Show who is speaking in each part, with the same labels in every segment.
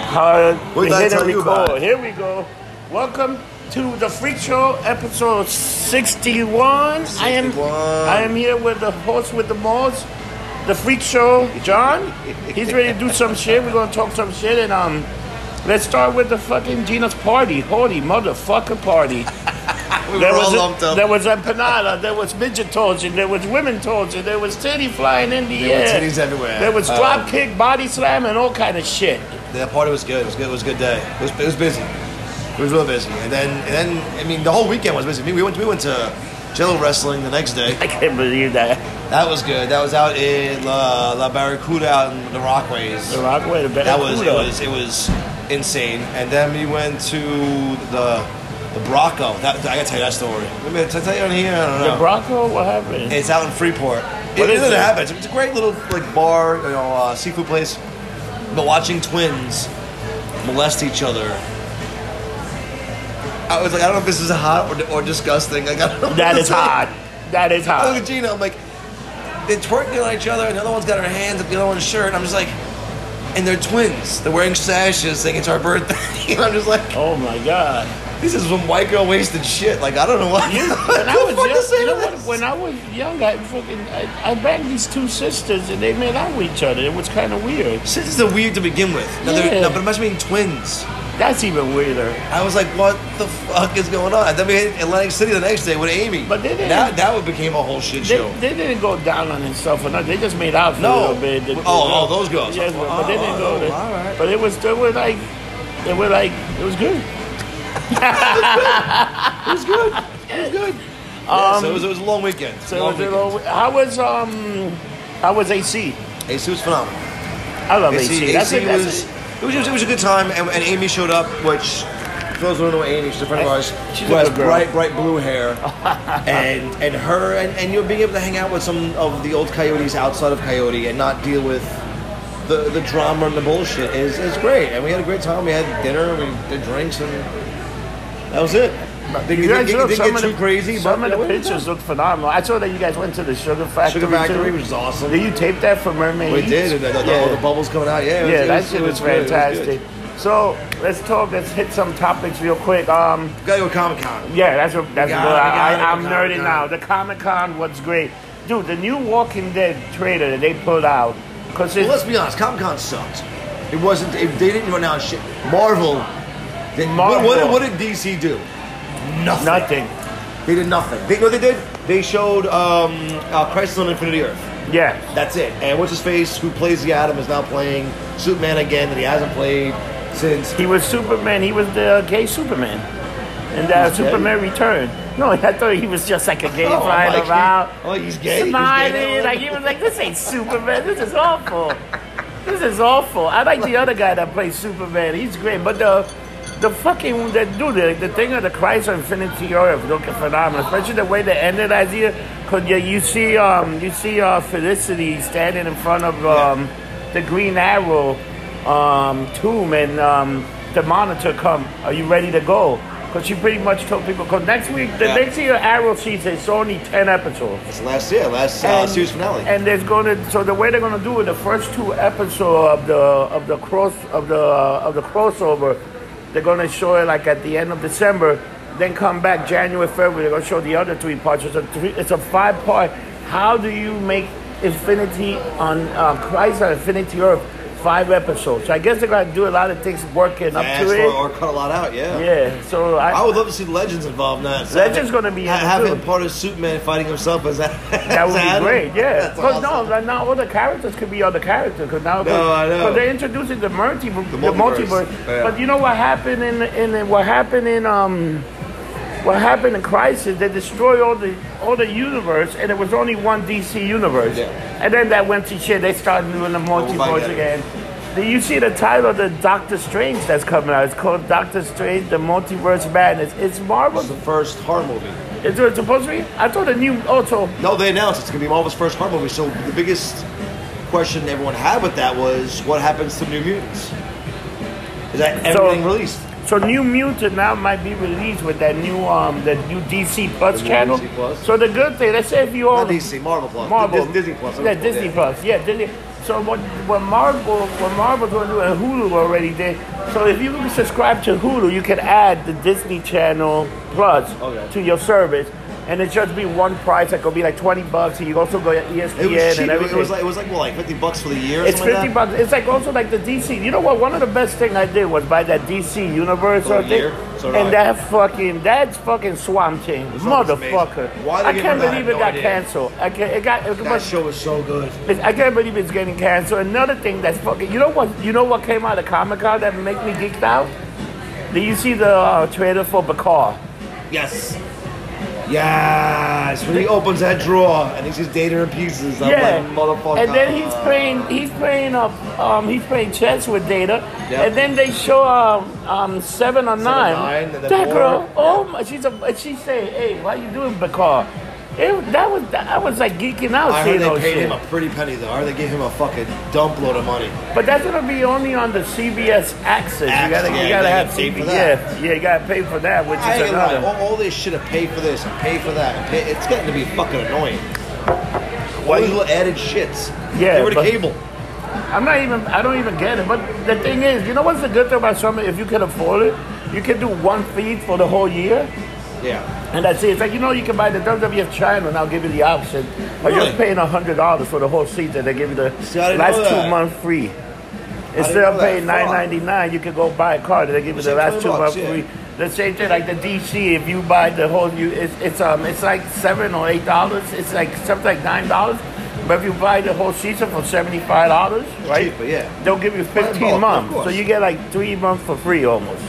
Speaker 1: Hard.
Speaker 2: What did I
Speaker 1: Here
Speaker 2: tell
Speaker 1: we
Speaker 2: you
Speaker 1: go.
Speaker 2: about it?
Speaker 1: Here we go. Welcome to the Freak Show, episode 61. I am
Speaker 2: 61.
Speaker 1: I am here with the horse with the balls, the Freak Show, John. He's ready to do some shit. We're gonna talk some shit, and um, let's start with the fucking Gina's party, holy motherfucker party.
Speaker 2: We
Speaker 1: There
Speaker 2: were
Speaker 1: was,
Speaker 2: all lumped up.
Speaker 1: there was empanada, there was midget torsion, there was women torsion, there was titty flying in the
Speaker 2: There were
Speaker 1: air.
Speaker 2: titties everywhere.
Speaker 1: There was
Speaker 2: Um,
Speaker 1: drop kick, body slam, and all kind of shit.
Speaker 2: That party was good. It was good. It was a good day. It was, it was busy. It was real busy. And then, and then, I mean, the whole weekend was busy. I mean, we went, we went to Jello wrestling the next day.
Speaker 1: I can't believe that.
Speaker 2: That was good. That was out in La, La Barracuda out in the Rockways.
Speaker 1: The Rockaway, the
Speaker 2: That was it
Speaker 1: Barracuda.
Speaker 2: was it was insane. And then we went to the the Bronco. That, I gotta tell you that story. Wait a minute, did I tell you on here? I don't know.
Speaker 1: The Bronco, what happened?
Speaker 2: It's out in Freeport.
Speaker 1: What
Speaker 2: it
Speaker 1: is
Speaker 2: is
Speaker 1: it?
Speaker 2: it? happens. It's a great little like bar, you know, uh, seafood place. But watching twins molest each other, I was like, I don't know if this is hot or, or disgusting. Like, I don't know what
Speaker 1: that
Speaker 2: to
Speaker 1: is
Speaker 2: say.
Speaker 1: hot. That is
Speaker 2: I look
Speaker 1: hot.
Speaker 2: at Gina. I'm like, they're twerking on each other, and the other one's got her hands up the other one's shirt. And I'm just like, and they're twins. They're wearing sashes, saying it's our birthday. and I'm just like,
Speaker 1: Oh my god.
Speaker 2: this is some white girl wasted shit. Like, I don't know what.
Speaker 1: You,
Speaker 2: what
Speaker 1: when I
Speaker 2: the
Speaker 1: was
Speaker 2: fuck to
Speaker 1: young,
Speaker 2: say
Speaker 1: you know
Speaker 2: to
Speaker 1: what,
Speaker 2: this.
Speaker 1: when I was young, I fucking I, I banged these two sisters and they made out with each other. It was kind of weird.
Speaker 2: Shit is weird to begin with. Now
Speaker 1: Yeah.
Speaker 2: they're no, but imagine being twins.
Speaker 1: That's even weirder.
Speaker 2: I was like, what the fuck is going on? And then we hit Atlantic City the next day with Amy.
Speaker 1: But they didn't-
Speaker 2: That, that would became a whole shit
Speaker 1: They,
Speaker 2: show.
Speaker 1: they didn't go down on themselves or nothing. They just made out for
Speaker 2: No.
Speaker 1: a little bit. They-
Speaker 2: Oh, oh, those girls.
Speaker 1: Yes, but, but they
Speaker 2: Oh,
Speaker 1: didn't go.
Speaker 2: oh,
Speaker 1: there.
Speaker 2: all right.
Speaker 1: But it was they were like they were like it was good.
Speaker 2: it was good. It was good. yeah, so it was, it was a long weekend.
Speaker 1: Um, So
Speaker 2: long
Speaker 1: it was a little, how was um how was AC?
Speaker 2: weekend. AC was phenomenal.
Speaker 1: I love AC.
Speaker 2: AC,
Speaker 1: that's it.
Speaker 2: was, it was it was a good time, and, and Amy showed up, which. For those who don't know Amy, she's a friend of ours.
Speaker 1: She's
Speaker 2: who
Speaker 1: a
Speaker 2: has
Speaker 1: good girl.
Speaker 2: bright, bright blue hair, and and her and, and you know being able to hang out with some of the old coyotes outside of Coyote and not deal with the, the drama and the bullshit is, is great. And we had a great time. We had dinner, we did drinks, and that was it. Didn't,
Speaker 1: You guys
Speaker 2: didn't-
Speaker 1: look
Speaker 2: didn't
Speaker 1: some
Speaker 2: get
Speaker 1: of
Speaker 2: too
Speaker 1: the,
Speaker 2: crazy,
Speaker 1: Some
Speaker 2: but
Speaker 1: of the
Speaker 2: it was
Speaker 1: pictures look phenomenal. I saw that you guys went to the Sugar Factory.
Speaker 2: Sugar Factory,
Speaker 1: too.
Speaker 2: which is awesome.
Speaker 1: Did you tape that for Mermaid?
Speaker 2: We
Speaker 1: Eats?
Speaker 2: did, and the, the,
Speaker 1: yeah,
Speaker 2: all the bubbles coming out. Yeah, it was,
Speaker 1: yeah
Speaker 2: it
Speaker 1: that
Speaker 2: was,
Speaker 1: shit
Speaker 2: it
Speaker 1: was,
Speaker 2: good, it good.
Speaker 1: fantastic. So let's talk. Let's hit some topics real quick. Um,
Speaker 2: Gotta go Comic Con.
Speaker 1: yeah, that's what that's
Speaker 2: got
Speaker 1: what
Speaker 2: it, we
Speaker 1: I,
Speaker 2: got it,
Speaker 1: I, I'm
Speaker 2: we got it,
Speaker 1: nerding
Speaker 2: we got
Speaker 1: now. The Comic Con, what's great, dude? The new Walking Dead trailer that they pulled out because
Speaker 2: Well, let's be honest, Comic Con sucked. It wasn't. It, they didn't run out of shit. Marvel. Did, Marvel. What,
Speaker 1: Marvel.
Speaker 2: what, did DC do? Nothing.
Speaker 1: nothing.
Speaker 2: They did nothing. They you know what they did. They showed um, uh, Crisis on Infinity Earth.
Speaker 1: Yeah,
Speaker 2: That's it. And what's his face? Who plays the Atom is now playing Superman again that he hasn't played since.
Speaker 1: he was Superman. He was the uh, gay Superman, and uh,
Speaker 2: He's gay?
Speaker 1: Superman returned. No, I thought he was just like a gay
Speaker 2: Oh,
Speaker 1: flying
Speaker 2: like he-
Speaker 1: around.
Speaker 2: oh, he's gay, he's
Speaker 1: Smiling,
Speaker 2: gay now.
Speaker 1: like he was like, "This ain't Superman. This is awful. This is awful." I like the other guy that plays Superman. He's great, but the the fucking the dude, the, the thing of the Christ on Infinity Earth looking phenomenal, especially the way they ended last year. Cause yeah, you see, um, you see, uh, Felicity standing in front of um, the Green Arrow um, tomb, and um, the monitor come. Are you ready to go? Cause she pretty much told people. Cause next week, the
Speaker 2: Yeah.
Speaker 1: next year, Arrow season it's only ten episodes.
Speaker 2: It's last year, last uh, series finale.
Speaker 1: And there's going to so the way they're going to do it, the first two episodes of the of the cross of the of the crossover, they're going to show it like at the end of December. Then come back January, February. They're going to show the other three parts. It's a three, it's a five part. How do you make Infinity on uh, Christ on Infinity Earth five episodes? So I guess they're going to do a lot of things working up
Speaker 2: Fast
Speaker 1: to
Speaker 2: or,
Speaker 1: it.
Speaker 2: or cut a lot out. Yeah.
Speaker 1: Yeah. So I,
Speaker 2: I would love to see Legends involved in that.
Speaker 1: Legends gonna be in it,
Speaker 2: having
Speaker 1: too.
Speaker 2: part of Superman fighting himself as that.
Speaker 1: That would be great, yeah.
Speaker 2: That's
Speaker 1: Because
Speaker 2: awesome.
Speaker 1: no, like now all the characters could be other characters. Because now,
Speaker 2: No, I know.
Speaker 1: But they're introducing the multi, the, multiverse.
Speaker 2: multiverse. Yeah.
Speaker 1: But you know what happened in, in in what happened in um, what happened in Crisis? They destroyed all the all the universe, and it was only one DC universe.
Speaker 2: Yeah.
Speaker 1: And then that went to shit. They started doing the
Speaker 2: my
Speaker 1: multiverse
Speaker 2: God.
Speaker 1: again. Did you see the title of the Doctor Strange that's coming out? It's called Doctor Strange: The Multiverse Madness. It's Marvel.
Speaker 2: was the first horror movie.
Speaker 1: Is it supposed to be? I thought the new oh, also.
Speaker 2: No, they announced it's going to be Marvel's first horror movie. So the biggest question everyone had with that was, what happens to New Mutants? Is that
Speaker 1: So-
Speaker 2: everything released?
Speaker 1: So New Mutant now might be released with that new um the new DC Plus
Speaker 2: The new
Speaker 1: channel.
Speaker 2: DC Plus?
Speaker 1: So the good thing, let's say if you all
Speaker 2: Not DC, Marvel Plus,
Speaker 1: Marvel,
Speaker 2: Dis- Disney Plus.
Speaker 1: yeah Disney Plus, yeah Disney. So what what Marvel what Marvel gonna do and Hulu already did. So if you subscribe to Hulu, you can add the Disney Channel Plus
Speaker 2: Okay.
Speaker 1: to your service, and it should be one price. That could be like twenty bucks, and you also go to E ESPN
Speaker 2: It was cheap.
Speaker 1: and
Speaker 2: It was-
Speaker 1: everything.
Speaker 2: it was like it was like what, like fifty bucks for the year. or
Speaker 1: It's
Speaker 2: something like
Speaker 1: fifty
Speaker 2: that?
Speaker 1: bucks. It's like also like the DC. You know what? One of the best thing I did was buy that DC Universe
Speaker 2: Oh,
Speaker 1: or thing,
Speaker 2: year? So did
Speaker 1: and
Speaker 2: I.
Speaker 1: that fucking that's fucking Swamp Thing,
Speaker 2: song is amazing.
Speaker 1: motherfucker.
Speaker 2: Why they
Speaker 1: I
Speaker 2: give
Speaker 1: can't
Speaker 2: it that? I
Speaker 1: believe
Speaker 2: have
Speaker 1: it
Speaker 2: no
Speaker 1: got
Speaker 2: idea.
Speaker 1: canceled. I can't. It got. It
Speaker 2: That
Speaker 1: was,
Speaker 2: show was so good.
Speaker 1: I can't believe it's getting canceled. Another thing that's fucking. You know what? You know what came out of Comic Con that make me geeked out? Did you see the uh, trailer for Bakar?
Speaker 2: Yes. Yes. When he opens that drawer and he sees data in pieces, I'm
Speaker 1: Yeah,
Speaker 2: like, motherfucker.
Speaker 1: and then he's playing, he's playing up, um, he's playing chess with Data,
Speaker 2: Yeah.
Speaker 1: and then they show um, um seven or nine.
Speaker 2: nine, and then
Speaker 1: that
Speaker 2: four.
Speaker 1: girl, oh my, she's a, she say, hey, why you doing Bakar? It, that was, I was like geeking out
Speaker 2: I
Speaker 1: seeing
Speaker 2: heard they
Speaker 1: those
Speaker 2: paid
Speaker 1: shit.
Speaker 2: him a pretty penny though. I heard they gave him a fucking dump load of money.
Speaker 1: But that's gonna be only on the CBS access. You
Speaker 2: Access,
Speaker 1: gotta,
Speaker 2: yeah,
Speaker 1: you
Speaker 2: you
Speaker 1: gotta
Speaker 2: gotta
Speaker 1: have
Speaker 2: pay for
Speaker 1: CBS.
Speaker 2: that.
Speaker 1: Yeah, you gotta pay for that, which
Speaker 2: I
Speaker 1: is
Speaker 2: ain't gonna lie.
Speaker 1: another.
Speaker 2: All, all this shit to pay for this and pay for that. And pay, it's getting to be fucking annoying. All these little added shits.
Speaker 1: Yeah,
Speaker 2: Get rid of
Speaker 1: but-
Speaker 2: cable.
Speaker 1: I'm not even. I don't even get it. But the thing is, you know what's the good thing about summer? If you can afford it, you can do one feed for the whole year.
Speaker 2: Yeah.
Speaker 1: And that's it. It's like, you know, you can buy the WWF channel and I'll give you the option. Or
Speaker 2: Really?
Speaker 1: you're paying $100 for the whole season. They give you the
Speaker 2: See, I didn't know
Speaker 1: last
Speaker 2: that.
Speaker 1: two months free. Instead
Speaker 2: didn't
Speaker 1: of
Speaker 2: know that.
Speaker 1: paying
Speaker 2: Fuck.
Speaker 1: $9.99, you can go buy a card and they give you
Speaker 2: It's
Speaker 1: the
Speaker 2: like
Speaker 1: last
Speaker 2: 20
Speaker 1: two
Speaker 2: bucks,
Speaker 1: months
Speaker 2: yeah.
Speaker 1: free. The same thing like the DC, if you buy the whole, you it's, it's um it's like 7 or $8. It's like something like $9. But if you buy the whole season for $75, right?
Speaker 2: Cheaper, yeah.
Speaker 1: They'll give you
Speaker 2: bucks,
Speaker 1: 15
Speaker 2: of
Speaker 1: months. So
Speaker 2: course.
Speaker 1: you get like three months for free almost.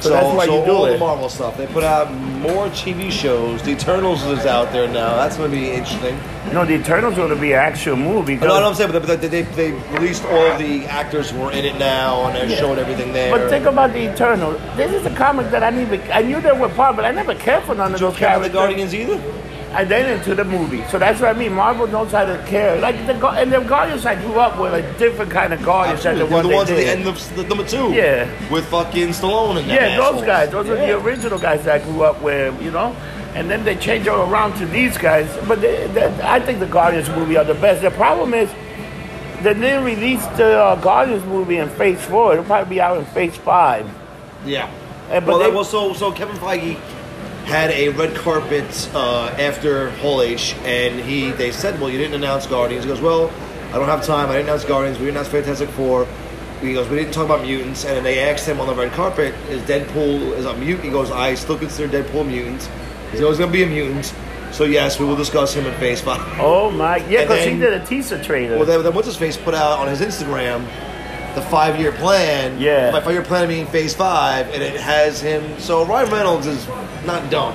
Speaker 1: So,
Speaker 2: So,
Speaker 1: that's why
Speaker 2: so
Speaker 1: you do
Speaker 2: all
Speaker 1: it.
Speaker 2: the Marvel stuff. They put out more TV shows. The Eternals is out there now. That's gonna be interesting.
Speaker 1: No, the Eternals going to be an actual movie.
Speaker 2: No,
Speaker 1: because-
Speaker 2: no, I'm saying, but they, they, they released all of the actors who are in it now, and they're showing everything there.
Speaker 1: But think about the Eternal. This is a comic that I never, I knew they were part, but I never cared for none of
Speaker 2: Don't
Speaker 1: those
Speaker 2: care about
Speaker 1: characters.
Speaker 2: the Guardians either.
Speaker 1: And then into the movie, so that's what I mean. Marvel knows how to care. Like the Gu- and the Guardians I grew up with a different kind of Guardians than
Speaker 2: Absolutely.
Speaker 1: the
Speaker 2: They're
Speaker 1: one
Speaker 2: the
Speaker 1: they
Speaker 2: ones at the
Speaker 1: did.
Speaker 2: end of the, number two.
Speaker 1: Yeah.
Speaker 2: With fucking Stallone and that
Speaker 1: yeah, those
Speaker 2: assholes.
Speaker 1: guys. Those are
Speaker 2: Yeah.
Speaker 1: the original guys that I grew up with, you know. And then they change it around to these guys. But they, they, I think the Guardians movie are the best. The problem is they didn't release the uh, Guardians movie in Phase Four. It'll probably be out in Phase Five.
Speaker 2: Yeah.
Speaker 1: And- Eh, but
Speaker 2: well,
Speaker 1: they-
Speaker 2: that was so. So Kevin Feige had a red carpet uh, after Hall H, and he they said, "Well, you didn't announce Guardians." He goes, "Well, I don't have time. I didn't announce Guardians. We didn't announce Fantastic Four. He goes, "We didn't talk about mutants." And then they asked him on the red carpet, "Is Deadpool is a mutant?" He goes, "I still consider Deadpool mutant. He's always going to be a mutant." So yes, we will discuss him in Phase Five.
Speaker 1: Oh my, yeah,
Speaker 2: And
Speaker 1: because he
Speaker 2: then-
Speaker 1: did a teaser trailer.
Speaker 2: Well, then, then what's his face put out on his Instagram the five year plan.
Speaker 1: Yeah.
Speaker 2: My five year plan being phase five, and it has him. So Ryan Reynolds is not dumb.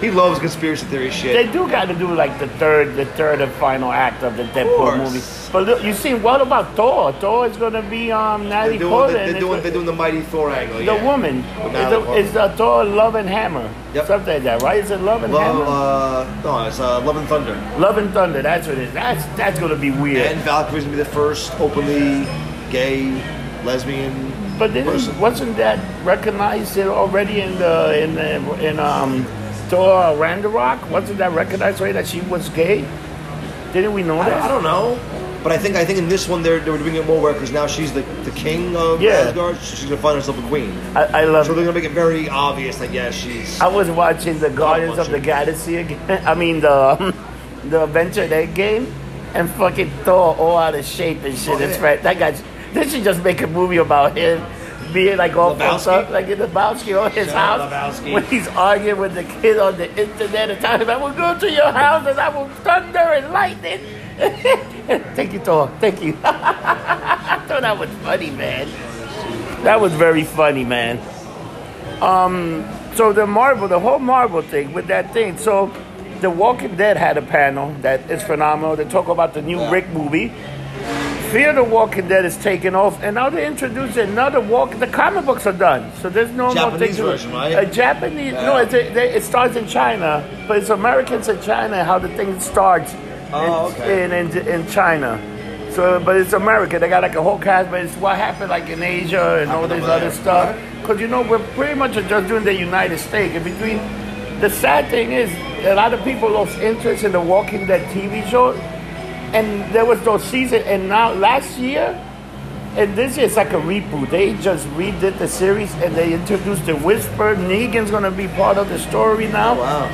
Speaker 2: He loves conspiracy theory shit.
Speaker 1: They do got to do like the third, the third and final act of the Deadpool
Speaker 2: course.
Speaker 1: movie. But look, you see, what about Thor? Thor is gonna be um Natalie
Speaker 2: are doing,
Speaker 1: Portman.
Speaker 2: they, are
Speaker 1: is
Speaker 2: doing,
Speaker 1: go-
Speaker 2: they're doing the Mighty Thor angle.
Speaker 1: the
Speaker 2: yeah.
Speaker 1: woman.
Speaker 2: With
Speaker 1: Is
Speaker 2: Natalie
Speaker 1: the,
Speaker 2: Portman.
Speaker 1: is the Thor Love and Hammer?
Speaker 2: Yep.
Speaker 1: Something like that, right? Is it Love and Hammer?
Speaker 2: Love, uh, no, it's uh, Love and Thunder.
Speaker 1: Love and Thunder. That's what it is. That's that's gonna be weird.
Speaker 2: And Valkyrie's gonna be the first openly gay lesbian.
Speaker 1: but then
Speaker 2: person.
Speaker 1: wasn't that recognized it already in the in the, in um Thor Ragnarok? Wasn't that recognized already that she was gay? Didn't we know
Speaker 2: I,
Speaker 1: that?
Speaker 2: I don't know. But I think I think in this one they're they're doing it more because now she's the, the king of
Speaker 1: Yeah.
Speaker 2: Asgard. So she's gonna find herself a queen.
Speaker 1: I, I love
Speaker 2: So they're gonna make it very obvious that yeah, she's
Speaker 1: I was watching the Guardians of
Speaker 2: watch
Speaker 1: the
Speaker 2: it.
Speaker 1: Galaxy again. I mean the the Adventure Egg game, and fucking Thor all out of shape and shit.
Speaker 2: Oh,
Speaker 1: It's
Speaker 2: yeah.
Speaker 1: right. That guy. They should just make a movie about him being like all fucked
Speaker 2: Lebowski?
Speaker 1: up, like in Lebowski or his
Speaker 2: Shout out
Speaker 1: house
Speaker 2: Lebowski.
Speaker 1: when he's arguing with the kid on the internet and telling him, "I will go to your house and I will thunder and lightning." Thank you, Thor. Thank you. I thought that was funny, man. That was very funny, man. So the Marvel, the whole Marvel thing with that thing. So the Walking Dead had a panel that is phenomenal. They talk about the new
Speaker 2: Yeah.
Speaker 1: Rick movie. Fear the Walking Dead is taking off, and now they're introducing another walk. The comic books are done, so there's no more thing
Speaker 2: Japanese
Speaker 1: to
Speaker 2: version, right?
Speaker 1: A Japanese, no,
Speaker 2: Yeah.
Speaker 1: it's a, they, it starts in China, but it's Americans in China how the thing starts
Speaker 2: Oh,
Speaker 1: in,
Speaker 2: okay.
Speaker 1: in, in in China. So, but it's America. They got like a whole cast, but it's what happened like in Asia and all
Speaker 2: Happened
Speaker 1: this
Speaker 2: over
Speaker 1: other
Speaker 2: there.
Speaker 1: stuff. Because you know we're pretty much just doing the United States. And between the sad thing is, a lot of people lost interest in the Walking Dead TV show and there was no season. And now last year, and this year it's like a reboot. They just redid the series and they introduced the Whisper. Negan's gonna be part of the story now.
Speaker 2: wow.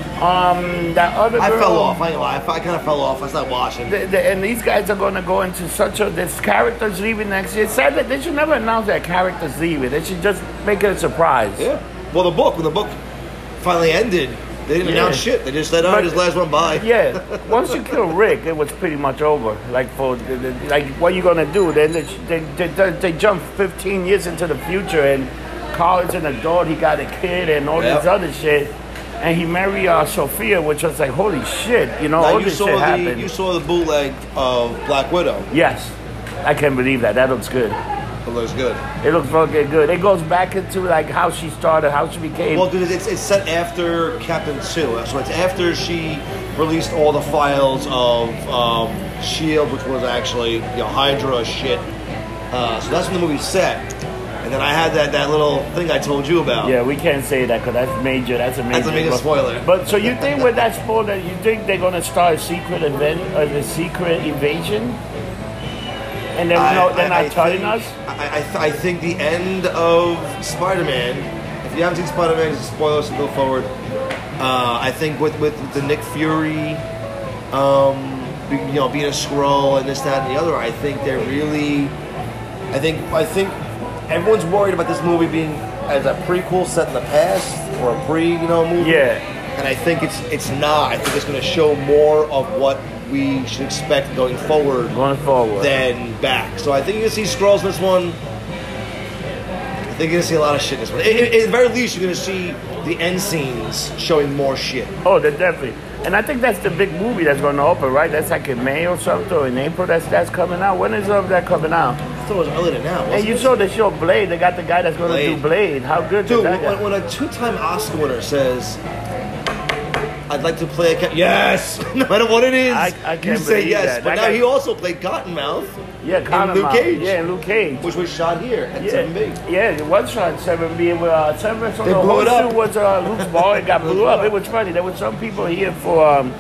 Speaker 1: Um, that other
Speaker 2: I
Speaker 1: girl,
Speaker 2: fell off. I, ain't gonna lie. I, fe- I kind of fell off. I stopped watching.
Speaker 1: the- the- and these guys are gonna go into such a. This character's leaving next year. Sadly, they should never announce that character's leaving. They should just make it a surprise.
Speaker 2: Yeah. Well, the book when the book finally ended, they didn't
Speaker 1: Yeah.
Speaker 2: announce shit. They just said, "All right,
Speaker 1: But-
Speaker 2: this last one, bye."
Speaker 1: Yeah, once you kill Rick, it was pretty much over. Like for the- the- like, what you gonna do? Then they they, they, they, they jump 15 years into the future, and Carl's an adult. He got a kid, and all
Speaker 2: Yep.
Speaker 1: this other shit. And he married uh, Sophia, which was like, holy shit, you know,
Speaker 2: Now
Speaker 1: all
Speaker 2: you
Speaker 1: this
Speaker 2: saw
Speaker 1: shit
Speaker 2: the
Speaker 1: happened.
Speaker 2: you saw the bootleg of Black Widow.
Speaker 1: yes, I can't believe that. That looks good.
Speaker 2: It looks good.
Speaker 1: It looks fucking good. It goes back into like how she started, how she became.
Speaker 2: Well, because it's, it's set after Captain Two, so it's after she released all the files of um, Shield, which was actually you know, Hydra shit. Uh, so that's when the movie's set. And then I had that, that little thing I told you about.
Speaker 1: yeah, we can't say that because that's major. That's a major.
Speaker 2: That's a major
Speaker 1: but-
Speaker 2: spoiler.
Speaker 1: But so you think with that spoiler, you think they're gonna start a secret event or the secret invasion? And there's
Speaker 2: I-
Speaker 1: no, they're
Speaker 2: I-
Speaker 1: not
Speaker 2: I
Speaker 1: telling
Speaker 2: think-
Speaker 1: us.
Speaker 2: I, I, th- I think the end of Spider-Man. If you haven't seen Spider-Man, it's a spoiler, so go forward. Uh, I think with, with the Nick Fury, um, be- you know, being a scroll and this, that, and the other, I think they're really. I think I think everyone's worried about this movie being as a prequel set in the past or a pre, you know, movie.
Speaker 1: Yeah.
Speaker 2: And I think it's it's not. I think it's going to show more of what we should expect going forward
Speaker 1: Going forward,
Speaker 2: than back. So I think you're gonna see scrolls in this one. I think you're gonna see a lot of shit in this one. At, at- at the very least, you're gonna see the end scenes showing more shit.
Speaker 1: oh, they're definitely. And I think that's the big movie that's gonna open, right? That's like in May or something, or in April. That's that's coming out. When is of that coming out?
Speaker 2: I thought it was earlier than now.
Speaker 1: And
Speaker 2: wasn't
Speaker 1: you
Speaker 2: it?
Speaker 1: saw the show Blade. They got the guy that's gonna do
Speaker 2: Blade.
Speaker 1: Blade. How good
Speaker 2: dude,
Speaker 1: is that? guy?
Speaker 2: when, when a two-time Oscar winner says, "I'd like to play a cat," yes, no matter what it is,
Speaker 1: I- I can't
Speaker 2: you say
Speaker 1: believe
Speaker 2: yes.
Speaker 1: that.
Speaker 2: But
Speaker 1: That
Speaker 2: now
Speaker 1: guy-
Speaker 2: he also played Cottonmouth,
Speaker 1: yeah, Connor
Speaker 2: Luke
Speaker 1: Mouth.
Speaker 2: Cage.
Speaker 1: Yeah, and Luke Cage.
Speaker 2: which was shot here at
Speaker 1: Yeah,
Speaker 2: 7B.
Speaker 1: yeah, the one shot seven B and uh, seven B. So
Speaker 2: They
Speaker 1: the
Speaker 2: blew
Speaker 1: whole
Speaker 2: it up.
Speaker 1: suit was uh, Luke's ball. It got blew up. It was funny. There were some people here for um,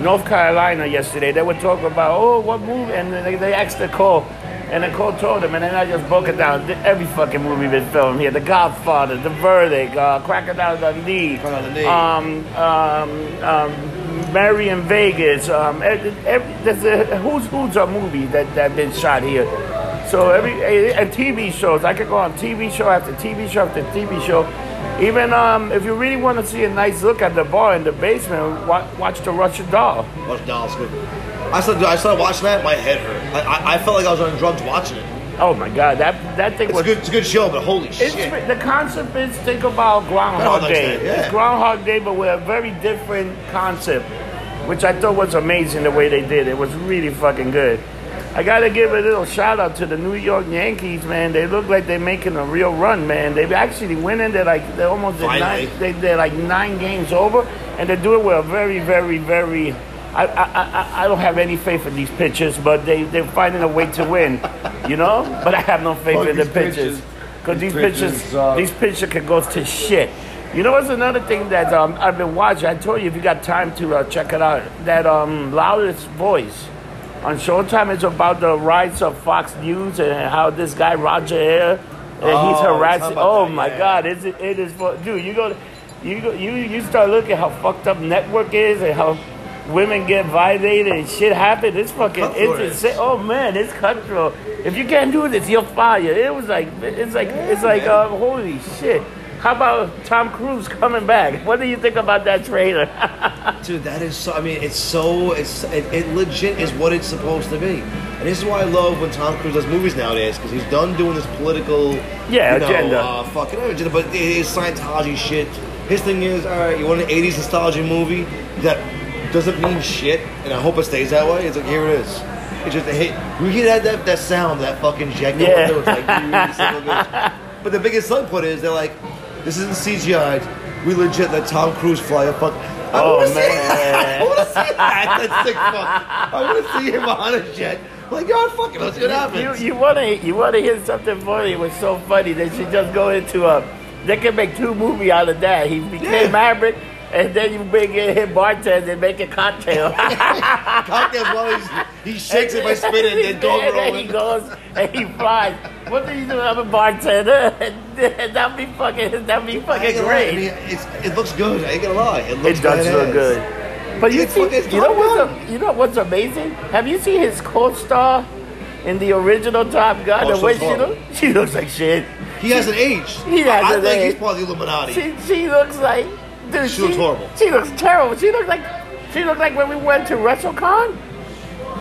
Speaker 1: North Carolina yesterday. They were talking about oh what movie, and then they, they asked the Nicole, and Nicole told them, and then I just broke it down. Th- Every fucking movie been filmed here: The Godfather, The Verdict, uh, Crocodile Dundee,
Speaker 2: Crocodile Dundee.
Speaker 1: um, um, um, Mary in Vegas. Um, every, every, there's a who's who's a movie that that been shot here. So every and TV shows, I could go on TV show after TV show after TV show. Even um, if you really want to see a nice look at the bar in the basement, wa- watch the Russian Doll.
Speaker 2: Watch Dallas good. I started, I started watching that, my head hurt. I, I, I felt like I was on drugs watching it.
Speaker 1: Oh my God, that that thing
Speaker 2: It's a
Speaker 1: was.
Speaker 2: good, it's a good show, but holy
Speaker 1: It's,
Speaker 2: shit.
Speaker 1: the concept is think about Groundhog
Speaker 2: Groundhog
Speaker 1: Day.
Speaker 2: Day, yeah.
Speaker 1: It's Groundhog Day, but with a very different concept, which I thought was amazing the way they did. It was really fucking good. I gotta give a little shout out to the New York Yankees, man. They look like they're making a real run, man. They've actually winning. They're like they're almost they're
Speaker 2: Finally.
Speaker 1: nine, they, they're like nine games over, and they do it with a very, very, very. I, I, I, I don't have any faith in these pitchers, but they, they're finding a way to win, you know? But I have no faith
Speaker 3: Fuck
Speaker 1: in the
Speaker 3: these
Speaker 1: pitchers.
Speaker 3: pitchers.
Speaker 1: Because these
Speaker 3: These
Speaker 1: pitchers,
Speaker 3: pitchers suck.
Speaker 1: these pitchers can go to shit. You know what's another thing that um, I've been watching? I told you if you got time to uh, check it out. That um, loudest voice on Showtime is about the rise of Fox News and how this guy Roger Ailes and he's
Speaker 2: Oh, tell me
Speaker 1: harassing.
Speaker 2: about
Speaker 1: Oh
Speaker 2: that,
Speaker 1: my
Speaker 2: yeah.
Speaker 1: God, it's, it is fu- dude. You go, you go, you you start looking how fucked up network is and how women get violated and shit happen. It's fucking
Speaker 2: Cutthroat.
Speaker 1: it's insane. Oh man, it's cutthroat. If you can't do this, you're fired. It was like it's like it's like
Speaker 2: man.
Speaker 1: uh, holy shit. How about Tom Cruise coming back? What do you think about that trailer?
Speaker 2: Dude, that is so. I mean, it's so. It's it, it legit is what it's supposed to be, and this is why I love when Tom Cruise does movies nowadays because he's done doing this political,
Speaker 1: Yeah,
Speaker 2: you know,
Speaker 1: agenda.
Speaker 2: uh, fucking agenda. But it is Scientology shit. His thing is, all right, you want an '80s nostalgia movie that doesn't mean shit, and I hope it stays that way. It's like here it is. It's just a hit. We hear that that, that sound, that fucking jacket.
Speaker 1: Yeah.
Speaker 2: It's like, you son of a bitch. But the biggest selling point is they're like, this isn't CGI. We legit let Tom Cruise fly a fuck. I
Speaker 1: Oh,
Speaker 2: wanna see
Speaker 1: man.
Speaker 2: that. I want to see that. That's sick fuck. I want to see him on a jet. Like, God, fucking, let's see what
Speaker 1: You
Speaker 2: happens.
Speaker 1: you want to you want to hear something funny? It was um, so funny. They should just go into a. They could make two movie out of that. He became
Speaker 2: Yeah.
Speaker 1: Maverick, and then you bring in him bartender and make a cocktail.
Speaker 2: Cocktails while he's, he shakes it by spinning and dog
Speaker 1: and then he
Speaker 2: rolling.
Speaker 1: goes and he flies. What do you do? I'm a bartender, and, that'd be fucking that'd be
Speaker 2: I ain't
Speaker 1: fucking
Speaker 2: gonna lie, I
Speaker 1: great.
Speaker 2: mean, it's, it looks good. I ain't gonna lie. It looks
Speaker 1: It does look
Speaker 2: badass.
Speaker 1: good. But you
Speaker 2: It's
Speaker 1: see,
Speaker 2: fucking
Speaker 1: you know
Speaker 2: Top
Speaker 1: what's a, you know what's amazing? Have you seen his co-star in the original Top Gun? The
Speaker 2: Marshall
Speaker 1: way she
Speaker 2: Clark.
Speaker 1: looks, she looks like shit.
Speaker 2: He hasn't aged.
Speaker 1: He
Speaker 2: I
Speaker 1: hasn't
Speaker 2: think
Speaker 1: aged.
Speaker 2: he's part of the Illuminati.
Speaker 1: She she looks like dude.
Speaker 2: She looks horrible.
Speaker 1: She looks terrible. She looks like she looked like when we went to WrestleCon.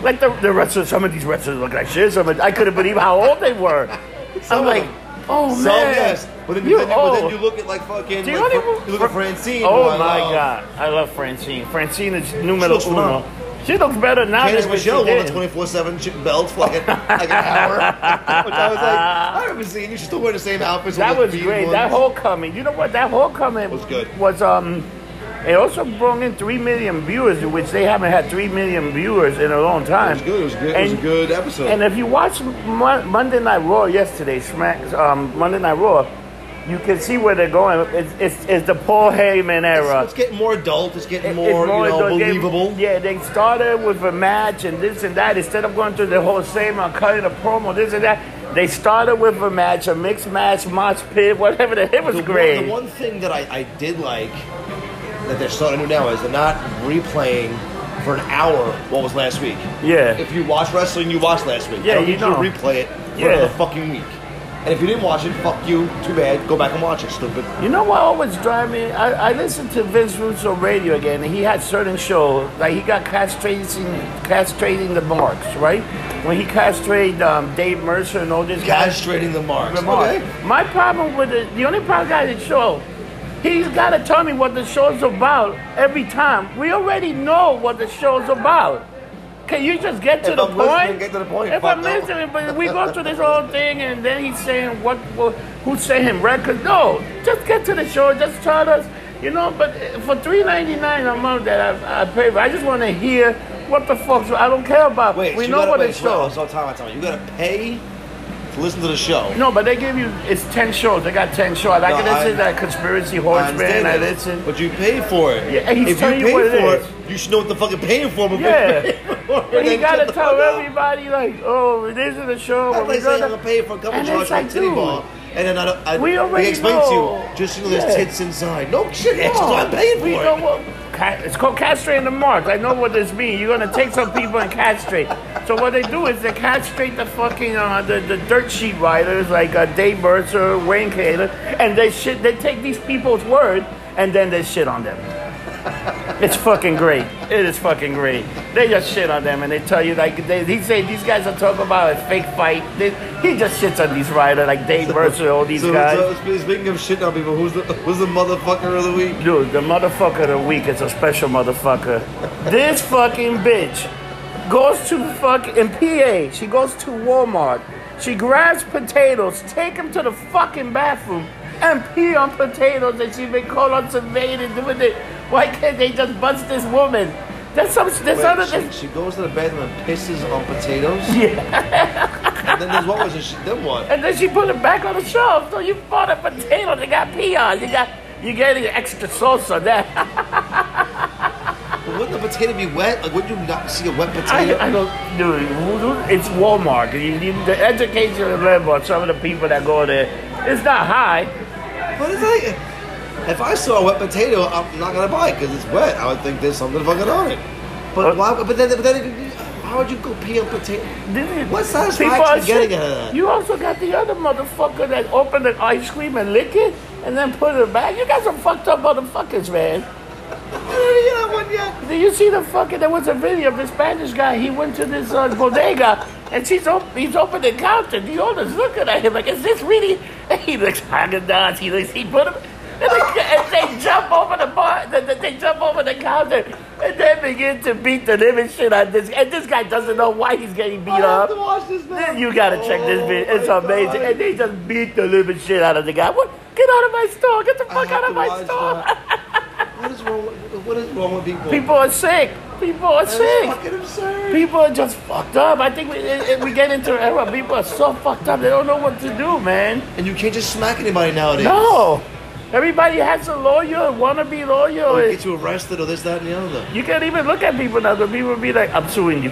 Speaker 1: Like the the wrestlers, some of these wrestlers look like shit. Some of, I couldn't believe how old they were.
Speaker 2: Some
Speaker 1: I'm
Speaker 2: of
Speaker 1: like,
Speaker 2: them.
Speaker 1: oh man,
Speaker 2: Some yes, but then,
Speaker 1: you
Speaker 2: you, then, you- but then
Speaker 1: old.
Speaker 2: you look at like fucking.
Speaker 1: Do you
Speaker 2: like,
Speaker 1: know
Speaker 2: Fra-
Speaker 1: what-
Speaker 2: you look at Francine. uh, who
Speaker 1: Oh
Speaker 2: I
Speaker 1: my
Speaker 2: love.
Speaker 1: god, I love Francine. Francine is numero
Speaker 2: looks phenomenal.
Speaker 1: uno. She looks better now
Speaker 2: Candice
Speaker 1: than when she
Speaker 2: Michelle won the
Speaker 1: did.
Speaker 2: twenty four seven belt for like, an- like an hour. Which I was like, I remember seeing you. She's still wearing the same outfits.
Speaker 1: That
Speaker 2: with
Speaker 1: was
Speaker 2: the bead
Speaker 1: great. That
Speaker 2: ones.
Speaker 1: homecoming. You know what? That homecoming
Speaker 2: Was good.
Speaker 1: Was um, it also brought in three million viewers, which they haven't had three million viewers in a long
Speaker 2: It
Speaker 1: time.
Speaker 2: was good. It was good. It was a
Speaker 1: And-
Speaker 2: good episode.
Speaker 1: And if you watch Mon- Monday Night Raw yesterday, Smack, um, Monday Night Raw, you can see where they're going. It's, it's, it's the Paul Heyman
Speaker 2: it's,
Speaker 1: era.
Speaker 2: it's getting more adult. It's getting
Speaker 1: It-
Speaker 2: more,
Speaker 1: it's
Speaker 2: you know,
Speaker 1: the- they-
Speaker 2: believable.
Speaker 1: yeah, they started with a match and this and that. Instead of going through the whole same and cutting a promo, this and that, they started with a match, a mixed match, mosh pit, whatever. The hit was
Speaker 2: The
Speaker 1: great.
Speaker 2: One, the one thing that I, I did like that they're starting to do now is they're not replaying for an hour what was last week.
Speaker 1: Yeah.
Speaker 2: If you watch wrestling, you watched last week.
Speaker 1: Yeah,
Speaker 2: I don't
Speaker 1: you
Speaker 2: need
Speaker 1: know.
Speaker 2: you to replay it for
Speaker 1: Yeah.
Speaker 2: another fucking week. And if you didn't watch it, fuck you. Too bad. Go back and watch it, stupid.
Speaker 1: You know what always drive me? I, I listen to Vince Russo radio again, and he had certain shows like he got castrating, castrating the marks, right? When he castrated um, Dave Mercer and all this guys.
Speaker 2: Castrating the marks.
Speaker 1: Lamar.
Speaker 2: Okay.
Speaker 1: My problem with it, the only problem I got is the show. He's got to tell me what the show's about every time. We already know what the show's about. Can you just get to
Speaker 2: If
Speaker 1: the
Speaker 2: I'm listening,
Speaker 1: point?
Speaker 2: get to the point,
Speaker 1: If
Speaker 2: fuck
Speaker 1: I'm
Speaker 2: no.
Speaker 1: listening, but we go through this whole thing and then he's saying what, what who sent him records. No, just get to the show. Just tell us, you know. But for three ninety nine a month that I, I pay, for, I just want to hear what the fuck's. I don't care about.
Speaker 2: Wait.
Speaker 1: we
Speaker 2: so you
Speaker 1: know
Speaker 2: gotta,
Speaker 1: what the
Speaker 2: wait, wait,
Speaker 1: show.
Speaker 2: oh, So time, time. You gotta pay to listen to the show.
Speaker 1: No, but they give you it's ten shows. They got ten shows. I
Speaker 2: No,
Speaker 1: can listen
Speaker 2: I-
Speaker 1: to that conspiracy
Speaker 2: I
Speaker 1: horseman.
Speaker 2: understand
Speaker 1: I
Speaker 2: that,
Speaker 1: listen.
Speaker 2: But you pay for it.
Speaker 1: Yeah, and he's
Speaker 2: if you
Speaker 1: telling
Speaker 2: pay
Speaker 1: you what it
Speaker 2: for
Speaker 1: is.
Speaker 2: it, you should know what the fuck you're paying for. before
Speaker 1: Yeah.
Speaker 2: you pay for it.
Speaker 1: But you
Speaker 2: Then
Speaker 1: gotta
Speaker 2: shut the
Speaker 1: tell
Speaker 2: fuck up.
Speaker 1: everybody like, oh, this is the show.
Speaker 2: That's
Speaker 1: where we
Speaker 2: like saying I'm
Speaker 1: gonna
Speaker 2: gonna pay for a couple
Speaker 1: And
Speaker 2: charge
Speaker 1: it's
Speaker 2: for a
Speaker 1: like,
Speaker 2: titty
Speaker 1: dude,
Speaker 2: bar, and then I don't. I,
Speaker 1: we already
Speaker 2: explain
Speaker 1: know.
Speaker 2: to you just you know there's
Speaker 1: Yeah.
Speaker 2: tits inside. No shit, extra.
Speaker 1: No,
Speaker 2: I'm paying for
Speaker 1: we
Speaker 2: it.
Speaker 1: Know what, ca- it's called castrating the mark. I know what this means. You're gonna take some people and castrate. So what they do is they castrate the fucking uh, the, the dirt sheet riders like uh, Dave Mercer, Wayne Cater, and they shit. They take these people's word and then they shit on them. It's fucking great. It is fucking great. They just shit on them and they tell you like they, he say these guys are talking about a fake fight. They, he just shits on these riders like Dave Mercer, all these
Speaker 2: so,
Speaker 1: guys.
Speaker 2: So, speaking of shit on people, who's the who's the motherfucker of the week?
Speaker 1: Dude, the motherfucker of the week is a special motherfucker. this fucking bitch goes to fuck in PA. She goes to Walmart. She grabs potatoes, take them to the fucking bathroom, and pee on potatoes that she been called on surveying and doing it. Why can't they just bust this woman? That's some. That's
Speaker 2: Wait,
Speaker 1: other.
Speaker 2: she,
Speaker 1: That's,
Speaker 2: she goes to the bathroom and pisses on potatoes.
Speaker 1: yeah.
Speaker 2: And then there's what was it? She, then what?
Speaker 1: And then she put it back on the shelf. So you bought a potato that got pee on. You got. You getting extra sauce on that.
Speaker 2: Wouldn't the potato be wet? Like, would you not see a wet potato?
Speaker 1: I, I don't, dude. who- who- It's Walmart. You, you, the education level of some of the people that go there, it's not high.
Speaker 2: But it's like, if I saw a wet potato, I'm not gonna buy it because it's wet. I would think there's something fucking on it.
Speaker 1: What?
Speaker 2: But why? But then, but then, if you- how would you go pee on potato?
Speaker 1: This is-
Speaker 2: What satisfaction
Speaker 1: people are
Speaker 2: getting
Speaker 1: shit-
Speaker 2: out of that?
Speaker 1: You also got the other motherfucker that opened the ice cream and lick it and then put it back. You got some fucked up motherfuckers, man.
Speaker 2: You know what? Yeah.
Speaker 1: Did you see the fucking? There was a video of this Spanish guy. He went to this uh, bodega, and she's op- he's open the counter. The owner's looking at him like, "Is this really?" And he looks Haagen-Dazs. He looks. He put him. And they, and they jump over the bar. They, they- they jump over the counter, and then begin to beat the living shit out of this. And this guy doesn't know why he's getting beat up.
Speaker 2: watch this now.
Speaker 1: You gotta check this video. It's
Speaker 2: Oh my
Speaker 1: amazing.
Speaker 2: God.
Speaker 1: And they just beat the living shit out of the guy. What? Get out of my store! Get the
Speaker 2: I
Speaker 1: fuck
Speaker 2: have
Speaker 1: out
Speaker 2: to
Speaker 1: of my
Speaker 2: watch
Speaker 1: store!
Speaker 2: that. What is wrong? With, what is wrong with people?
Speaker 1: People are sick. People are
Speaker 2: That is
Speaker 1: sick.
Speaker 2: fucking absurd.
Speaker 1: People are just fucked up. I think we, it, it- we get into an era. People are so fucked up. They don't know what to do, man.
Speaker 2: And you can't just smack anybody nowadays.
Speaker 1: No. Everybody has a lawyer, wannabe lawyer.
Speaker 2: Or get you arrested or this, that, and the other.
Speaker 1: You can't even look at people now. The people be like, I'm suing you.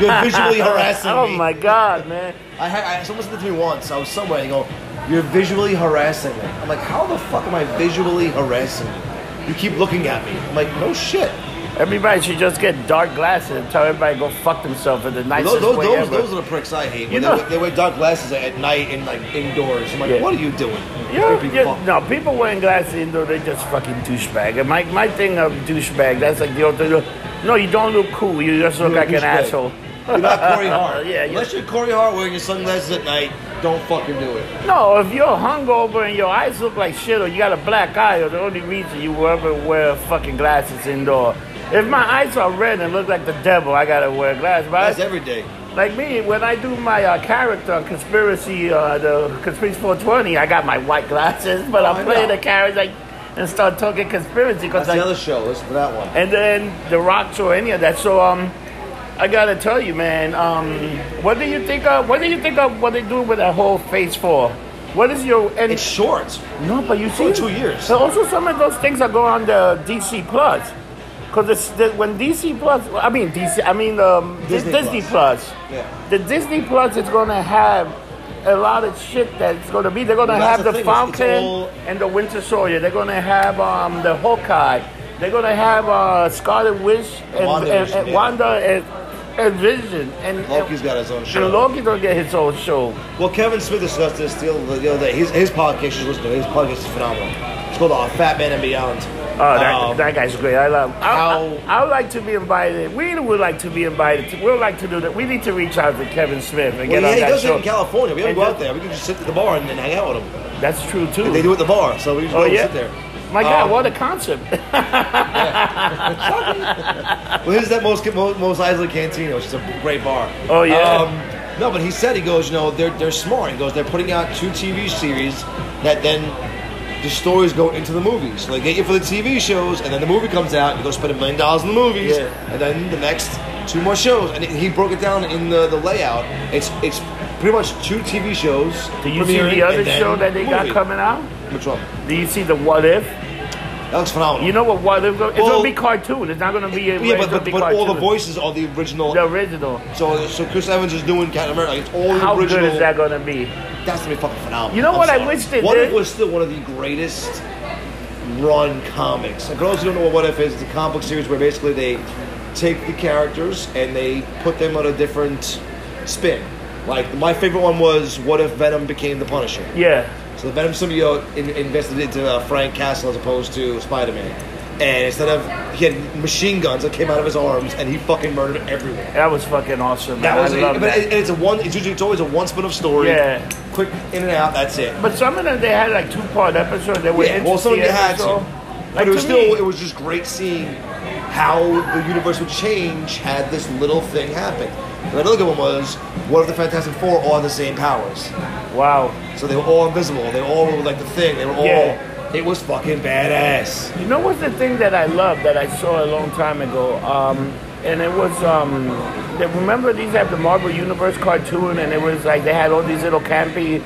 Speaker 2: You're visually harassing
Speaker 1: oh
Speaker 2: me.
Speaker 1: my God, man.
Speaker 2: I had I, someone said to me once. I was somewhere. and They go, "You're visually harassing me." I'm like, "How the fuck am I visually harassing you? You keep looking at me." I'm like, "No shit."
Speaker 1: Everybody should just get dark glasses and tell everybody to go fuck themselves in the nicest
Speaker 2: Those, those,
Speaker 1: way
Speaker 2: those,
Speaker 1: ever.
Speaker 2: those are the pricks I hate.
Speaker 1: You
Speaker 2: When
Speaker 1: know-
Speaker 2: they, they wear dark glasses at night and like indoors. I'm like,
Speaker 1: Yeah.
Speaker 2: "What are you doing?"
Speaker 1: Yeah,
Speaker 2: Creepy fuck.
Speaker 1: yeah, no, people wearing glasses indoor, they just fucking douchebag. And my, my thing of douchebag, that's like the old thing. No, you don't look cool. You just look
Speaker 2: You're a
Speaker 1: like an
Speaker 2: douchebag.
Speaker 1: asshole.
Speaker 2: You're not Corey Hart.
Speaker 1: Yeah, yeah.
Speaker 2: Unless you're Corey Hart wearing your sunglasses at night, don't fucking do it.
Speaker 1: No, if you're hungover and your eyes look like shit or you got a black eye, or the only reason you will ever wear fucking glasses indoor. If my eyes are red and look like the devil, I gotta wear glasses. But I-
Speaker 2: That's every day.
Speaker 1: Like me, when I do my uh, character on conspiracy, uh, the conspiracy 420, I got my white glasses, but
Speaker 2: I
Speaker 1: I'm playing
Speaker 2: know.
Speaker 1: the character like, and start talking conspiracy because
Speaker 2: That's the
Speaker 1: I
Speaker 2: other show. Listen to that one.
Speaker 1: and then the rocks or any of that. So um, I gotta tell you, man, um, what do you think of what do you think of what they do with that whole face for? What is your and
Speaker 2: It's short.
Speaker 1: no, but you see,
Speaker 2: two years.
Speaker 1: So also some of those things that go on the DC Plus, because it's the, when DC Plus, I mean DC, I mean um, Dis-
Speaker 2: Disney
Speaker 1: Disney,
Speaker 2: Plus.
Speaker 1: Plus.
Speaker 2: Yeah.
Speaker 1: The Disney Plus is gonna have a lot of shit that's gonna be. They're gonna
Speaker 2: Well, that's
Speaker 1: have
Speaker 2: the
Speaker 1: the,
Speaker 2: thing, it's- it's
Speaker 1: Fountain
Speaker 2: all-
Speaker 1: and the Winter Soldier. They're gonna have um, the Hawkeye. They're gonna have uh, Scarlet Witch and, and,
Speaker 2: WandaVision,
Speaker 1: and
Speaker 2: yeah.
Speaker 1: Wanda and, and Vision and
Speaker 2: Loki's got his own
Speaker 1: and,
Speaker 2: show.
Speaker 1: and Loki's gonna get his own show.
Speaker 2: Well, Kevin Smith discussed this the other, the other day. His, his podcast, you should listen to it. His podcast is phenomenal. It's called uh, Fat Man and Beyond.
Speaker 1: Oh, that,
Speaker 2: Um,
Speaker 1: that guy's great. I love. I,
Speaker 2: how-
Speaker 1: I, I would like to be invited. We would like to be invited. To, we would like to do that. We need to reach out to Kevin Smith and
Speaker 2: well,
Speaker 1: get
Speaker 2: yeah,
Speaker 1: on
Speaker 2: he
Speaker 1: that
Speaker 2: does it
Speaker 1: show.
Speaker 2: in California. We don't
Speaker 1: And
Speaker 2: go
Speaker 1: ju-
Speaker 2: out there. We can just sit at the bar and, and hang out with him.
Speaker 1: That's true too.
Speaker 2: They do it at the bar, so we just
Speaker 1: oh
Speaker 2: go and
Speaker 1: yeah.
Speaker 2: sit there.
Speaker 1: My God,
Speaker 2: Um,
Speaker 1: what a concept!
Speaker 2: Well, this is at Mos, Mos, Mos Eisley Cantina, which is a great bar.
Speaker 1: Oh, yeah?
Speaker 2: Um, no, but he said he goes, you know, they're they're smart. He goes, they're putting out two TV series that then the stories go into the movies. So they get you for the TV shows, and then the movie comes out, and you go spend a million dollars in the movies,
Speaker 1: Yeah.
Speaker 2: and then the next two more shows. And he broke it down in the, the layout. It's it's pretty much two TV shows.
Speaker 1: Do you see the other show that they got coming out?
Speaker 2: Which one?
Speaker 1: Do you see the What If?
Speaker 2: That looks phenomenal.
Speaker 1: You know what What If? It's
Speaker 2: Well-
Speaker 1: gonna be cartoon. It's not gonna be. a-
Speaker 2: yeah,
Speaker 1: it's
Speaker 2: but,
Speaker 1: gonna
Speaker 2: but,
Speaker 1: be
Speaker 2: but all the
Speaker 1: cartoon.
Speaker 2: voices are the original.
Speaker 1: the original.
Speaker 2: So, so Chris Evans is doing Captain America. It's all
Speaker 1: How
Speaker 2: original.
Speaker 1: good is that gonna be?
Speaker 2: That's gonna be fucking phenomenal.
Speaker 1: You know
Speaker 2: I'm
Speaker 1: what I
Speaker 2: sorry.
Speaker 1: wish they
Speaker 2: What
Speaker 1: did?
Speaker 2: If was still one of the greatest run comics. And for those who don't know what What If is, it's a comic book series where basically they take the characters and they put them on a different spin. Like my favorite one was What If Venom became the Punisher.
Speaker 1: Yeah.
Speaker 2: So the Venom symbiote in, invested into uh, Frank Castle as opposed to Spider-Man. And instead of he had machine guns that came out of his arms and he fucking murdered everyone.
Speaker 1: That was fucking awesome.
Speaker 2: That
Speaker 1: man.
Speaker 2: was,
Speaker 1: I love
Speaker 2: it, but
Speaker 1: that.
Speaker 2: it- it's a one. It's usually it's always a one spin of story.
Speaker 1: Yeah.
Speaker 2: quick in and out. That's it.
Speaker 1: But some of them they had like two part episodes that were
Speaker 2: Yeah,
Speaker 1: interesting.
Speaker 2: well, some of you had to,
Speaker 1: episodes.
Speaker 2: but
Speaker 1: Like,
Speaker 2: it was
Speaker 1: to
Speaker 2: still
Speaker 1: me-
Speaker 2: it was just great seeing how the universe would change had this little thing happen. And another good one was what if the Fantastic Four all had the same powers?
Speaker 1: Wow.
Speaker 2: So they were all invisible. They all were like the thing. They were all.
Speaker 1: Yeah.
Speaker 2: It was fucking badass.
Speaker 1: You know what's the thing that I love that I saw a long time ago? Um, and it was um, they, remember these have the Marvel Universe cartoon, and it was like they had all these little campy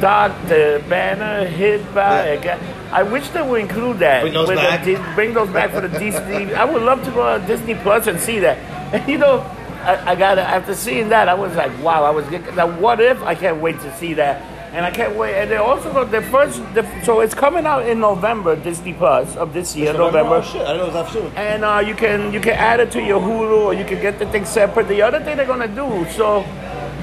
Speaker 1: Doc, the Banner, hit by a guy. I wish they would include that.
Speaker 2: Bring those
Speaker 1: with
Speaker 2: back.
Speaker 1: The, Di- bring those back for the Disney. I would love to go on Disney Plus and see that. And you know, I, I got after seeing that, I was like, wow. I was get- now what if? I can't wait to see that, and I can't wait. And they also got the first. The, so it's coming out in November, Disney Plus of this year,
Speaker 2: Oh,
Speaker 1: November.
Speaker 2: shit, I don't know if I've seen it.
Speaker 1: And uh, you can you can add it to your Hulu, or you can get the thing separate. The other thing they're gonna do so.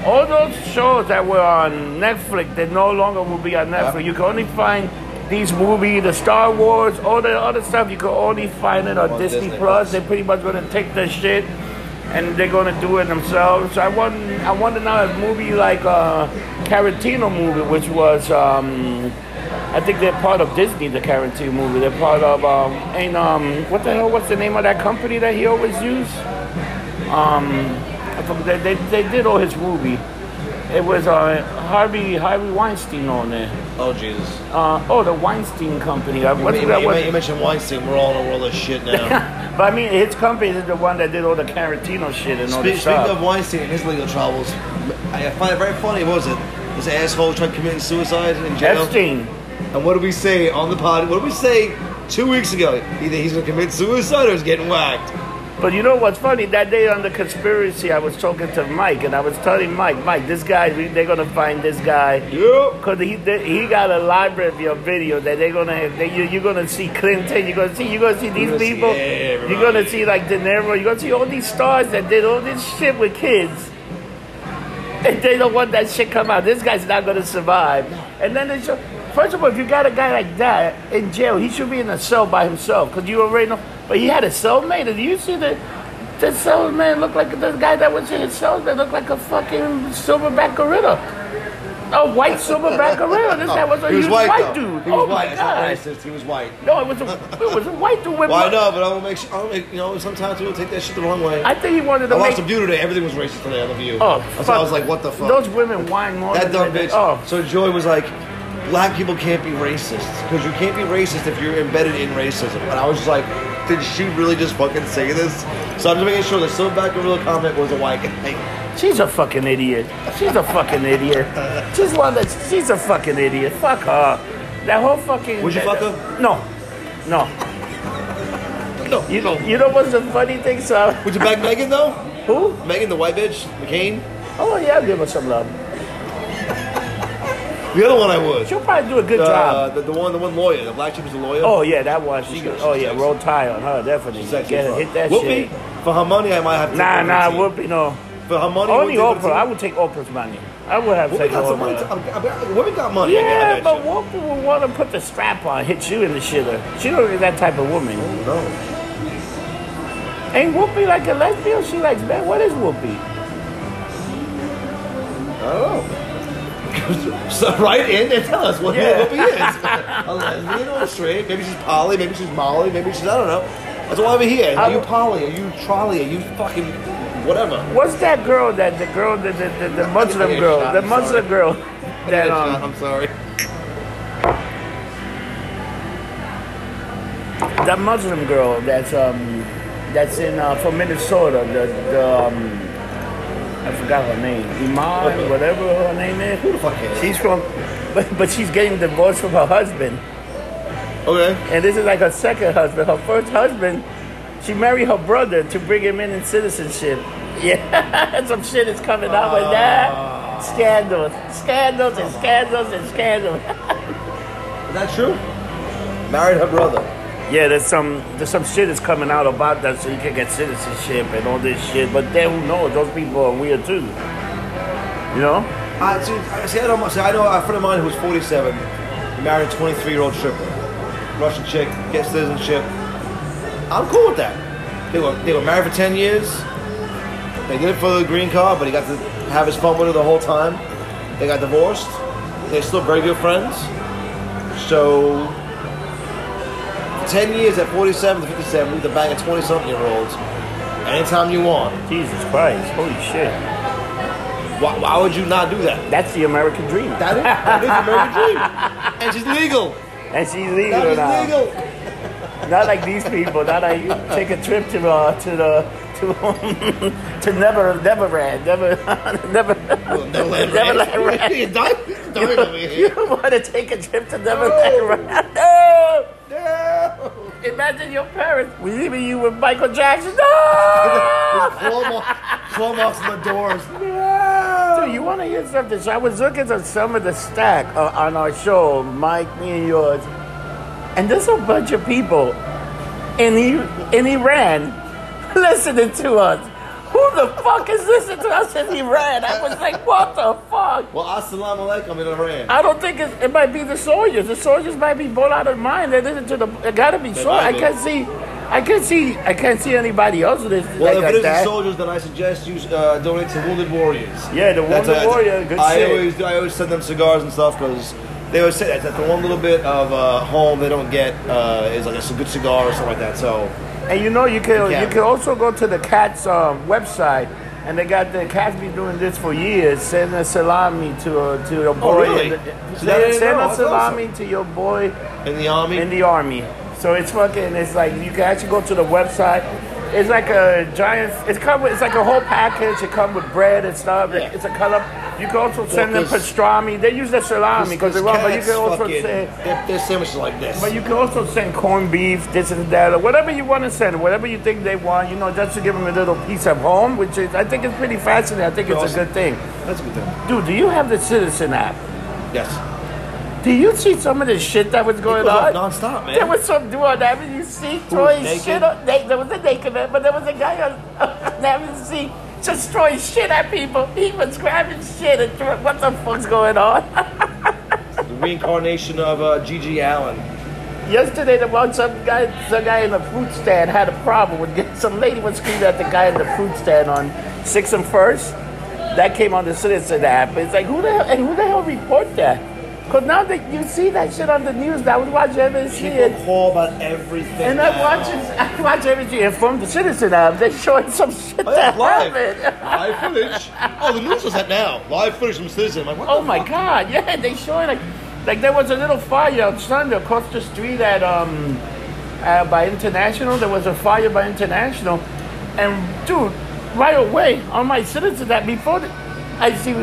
Speaker 1: All those shows that were on Netflix, they no longer will be on Netflix. You can only find these movies, the Star Wars, all the other stuff. You can only find it on
Speaker 2: On
Speaker 1: Disney,
Speaker 2: Disney Plus.
Speaker 1: Plus. They're pretty much gonna take the shit, and they're gonna do it themselves. So I want, I wonder now if movie like uh, Tarantino movie, which was, um, I think they're part of Disney, the Tarantino movie. They're part of, um, and um, what the hell? What's the name of that company that he always used? Um, I forgot- They, they, they did all his movie. It was uh, Harvey Harvey Weinstein on there.
Speaker 2: Oh Jesus!
Speaker 1: Uh, oh, the Weinstein Company. Uh,
Speaker 2: You,
Speaker 1: What's
Speaker 2: you,
Speaker 1: that?
Speaker 2: you,
Speaker 1: What,
Speaker 2: you mentioned Weinstein. We're all in a world of shit now.
Speaker 1: but I mean, his company is the one that did all the Tarantino shit and all
Speaker 2: Spe-
Speaker 1: this
Speaker 2: Speaking
Speaker 1: stuff.
Speaker 2: of Weinstein and his legal troubles, I I find it very funny. What was it? This asshole tried committing suicide in jail.
Speaker 1: Epstein.
Speaker 2: And what did we say on the pod? What did we say two weeks ago? Either he's going to commit suicide or he's getting whacked.
Speaker 1: But you know what's funny? That day on the conspiracy, I was talking to Mike, and I was telling Mike, Mike, this guy, we- they're gonna find this guy.
Speaker 2: Yep.
Speaker 1: Cause he did- he got a library of video that they're gonna that you, you're gonna see Clinton you're gonna see you're gonna see these
Speaker 2: gonna see
Speaker 1: people
Speaker 2: everybody.
Speaker 1: you're gonna see like De Niro you're gonna see all these stars that did all this shit with kids and they don't want that shit come out this guy's not gonna survive and then they show first of all if you got a guy like that in jail he should be in a cell by himself because you already know but he had a cellmate and you see the the cellmate looked like the guy that was in his cell that looked like a fucking silverback gorilla. A white silverback gorilla. This guy was a
Speaker 2: he was
Speaker 1: huge
Speaker 2: white,
Speaker 1: white,
Speaker 2: though.
Speaker 1: dude.
Speaker 2: He was
Speaker 1: oh
Speaker 2: white.
Speaker 1: my
Speaker 2: It's not
Speaker 1: god!
Speaker 2: racist. He was white.
Speaker 1: No, it was a it was a white dude with.
Speaker 2: Well, I
Speaker 1: mu-
Speaker 2: know, but I will make sure. I will make, you know, sometimes people take that shit the wrong way. I,
Speaker 1: I think he wanted to
Speaker 2: watched
Speaker 1: make.
Speaker 2: The View today. Everything was racist today on The View.
Speaker 1: oh,
Speaker 2: so
Speaker 1: fuck.
Speaker 2: I was like, what the fuck?
Speaker 1: Those women whine more.
Speaker 2: that
Speaker 1: than
Speaker 2: dumb
Speaker 1: they-
Speaker 2: bitch.
Speaker 1: Oh,
Speaker 2: So Joy was like, black people can't be racist because you can't be racist if you're embedded in racism. And I was just like, did she really just fucking say this? So I'm just making sure the silverback gorilla comment was a white guy.
Speaker 1: she's a fucking idiot. She's a fucking idiot. She's one that she's a fucking idiot. Fuck her. That whole fucking.
Speaker 2: Would you fuck her?
Speaker 1: No, no.
Speaker 2: No,
Speaker 1: You know, you know what's the funny thing, so
Speaker 2: Would you back Megan though?
Speaker 1: Who?
Speaker 2: Megan, the white bitch, McCain.
Speaker 1: Oh yeah, I'll give her some love.
Speaker 2: The other one I would.
Speaker 1: She'll probably do a good job.
Speaker 2: Uh, the, the one, the one lawyer, the black chick was a lawyer.
Speaker 1: Oh yeah, that was.
Speaker 2: She goes,
Speaker 1: oh
Speaker 2: she's
Speaker 1: yeah,
Speaker 2: sexy.
Speaker 1: roll tie on her definitely.
Speaker 2: Exactly.
Speaker 1: Get, hit that
Speaker 2: Whoopi,
Speaker 1: shit.
Speaker 2: for her money, I might have to.
Speaker 1: Nah,
Speaker 2: take
Speaker 1: nah,
Speaker 2: 15.
Speaker 1: Whoopi no.
Speaker 2: For her money,
Speaker 1: Only
Speaker 2: we'll take
Speaker 1: Oprah. I
Speaker 2: 15.
Speaker 1: would take Oprah's money. I would have
Speaker 2: Whoopi
Speaker 1: taken
Speaker 2: got some money.
Speaker 1: Oprah.
Speaker 2: I- I- I- Whoopi got money. I bet- I
Speaker 1: Yeah,
Speaker 2: bet
Speaker 1: but
Speaker 2: you.
Speaker 1: Whoopi would want to put the strap on, hit you in the shitter. She don't be that type of woman.
Speaker 2: no.
Speaker 1: Ain't Whoopi like a lesbian? She likes men. What is Whoopi?
Speaker 2: Oh. so write in and tell us what
Speaker 1: Yeah.
Speaker 2: Whoopi is. a lesbian or a straight. Maybe she's poly, maybe she's molly, maybe she's, I don't know. That's why we're here. Are
Speaker 1: I-
Speaker 2: you poly? Are you trolley? Are you fucking whatever?
Speaker 1: What's that girl that the girl the the, the, the Muslim
Speaker 2: get
Speaker 1: girl
Speaker 2: shot,
Speaker 1: the
Speaker 2: I'm sorry.
Speaker 1: Muslim girl that um
Speaker 2: I'm sorry.
Speaker 1: that Muslim girl that's um that's in uh, from Minnesota. The, the um, I forgot her name, Iman, whatever her name is. Who the
Speaker 2: fuck cares?
Speaker 1: She's from, but but she's getting divorced from her husband,
Speaker 2: Okay.
Speaker 1: and this is like her second husband. Her first husband, she married her brother to bring him in in citizenship. Yeah, some shit is coming out with
Speaker 2: Ah.
Speaker 1: that. Scandals, scandals, and scandals, and scandals.
Speaker 2: Is that true? Married her brother.
Speaker 1: Yeah, there's some there's some shit that's coming out about that, so you can get citizenship and all this shit. But then who knows? Those people are weird too. You know?
Speaker 2: I, see, I- Uh, see, I don't, see, I know a friend of mine who was 47, married a 23 year old stripper. Russian chick, gets citizenship. I'm cool with that. They were, they were married for 10 years. They did it for the green card, but he got to have his fun with her the whole time. They got divorced. They're still very good friends. So, 10 years at 47 to 57, we can bang a 20 something year olds anytime you want.
Speaker 1: Jesus Christ! Holy shit!
Speaker 2: Why, why would you not do that?
Speaker 1: That's the American dream.
Speaker 2: That is, that is American dream. And she's legal.
Speaker 1: and she's legal
Speaker 2: That is
Speaker 1: now.
Speaker 2: legal.
Speaker 1: Not like these people. Not like you take a trip to uh, to the to to never never ran never never.
Speaker 2: Well, no land
Speaker 1: Never
Speaker 2: rights.
Speaker 1: land rights.
Speaker 2: You're dying- you're dying over
Speaker 1: You
Speaker 2: here.
Speaker 1: want to take a trip to Neverland? No. no.
Speaker 2: No.
Speaker 1: Imagine your parents leaving you with Michael Jackson. No.
Speaker 2: Claw mark- claw marks on the doors. No.
Speaker 1: Dude, you want to hear something? So I was looking at some of the stack uh, on our show, Mike, me, and yours, and there's a bunch of people in I- in Iran listening to us. Who the fuck is listening to us in Iran? I was like, what the fuck?
Speaker 2: Well, assalamu alaikum in Iran.
Speaker 1: I don't think it's, it might be the soldiers. The soldiers might be blown out of mind. They listen to the. It gotta be soldiers. I
Speaker 2: might be.
Speaker 1: can't see. I can't see. I can't see anybody else with this.
Speaker 2: Well,
Speaker 1: like
Speaker 2: if it is the
Speaker 1: that.
Speaker 2: soldiers, then I suggest you uh, donate to Wounded Warriors.
Speaker 1: Yeah, the Wounded
Speaker 2: That's- that's-
Speaker 1: Warrior, good
Speaker 2: I
Speaker 1: shit.
Speaker 2: always, I always send them cigars and stuff because they always say that, that the one little bit of uh, home they don't get uh, is like a good cigar or something like that. So
Speaker 1: And you know you can
Speaker 2: Yeah.
Speaker 1: you can also go to the Cats um, website, and they got the Cats been doing this for years. Send a salami to uh, to your boy.
Speaker 2: Oh, really?
Speaker 1: in the-
Speaker 2: See, that I
Speaker 1: send
Speaker 2: didn't
Speaker 1: send
Speaker 2: know.
Speaker 1: a
Speaker 2: That's
Speaker 1: salami to your boy
Speaker 2: in the army,
Speaker 1: in the army. So it's fucking. It's like you can actually go to the website It's like a giant. It's come. With, it's like a whole package. It come with bread and stuff.
Speaker 2: Yeah.
Speaker 1: It's a color. You can also send them
Speaker 2: this-
Speaker 1: pastrami. They use the salami because they're wrong. But you
Speaker 2: cats
Speaker 1: can also
Speaker 2: fucking-
Speaker 1: send.
Speaker 2: their, their sandwiches are like this.
Speaker 1: But you can also send corned beef, this and that, or whatever you want to send, whatever you think they want. You know, just to give them a little piece of home, which is I think it's pretty fascinating. I think it's a
Speaker 2: Awesome.
Speaker 1: good thing.
Speaker 2: That's a good thing.
Speaker 1: Dude, do you have the Citizen app?
Speaker 2: Yes.
Speaker 1: Do you see some of the shit that was going
Speaker 2: It goes
Speaker 1: on?
Speaker 2: up nonstop, man.
Speaker 1: There was some dude on Avenue C throwing
Speaker 2: naked?
Speaker 1: shit on. They, there was a naked man, but there was a guy on, on Avenue C just throwing shit at people. He was grabbing shit and throwing. What the fuck's going on?
Speaker 2: the reincarnation of uh, Gigi Allen.
Speaker 1: Yesterday, the one some guy, some guy in the fruit stand had a problem with getting, some lady was screaming at the guy in the fruit stand on Six and First. That came on the Citizen app. It's like who the hell and who the hell report that? Cause now that you see that shit on the news, I was watching MSG and
Speaker 2: call about everything.
Speaker 1: And I watch it, I watch everything and from the citizen app. They showing some shit
Speaker 2: Oh,
Speaker 1: that
Speaker 2: that's live.
Speaker 1: happened.
Speaker 2: live footage. Oh, the news is that now. Live footage from Citizen. I'm like, what
Speaker 1: Oh
Speaker 2: the
Speaker 1: my
Speaker 2: fuck?
Speaker 1: god! Yeah, they showing like, like there was a little fire on Sunday across the street at um, uh, by International. There was a fire by International, and dude, right away on my citizen app before the, I see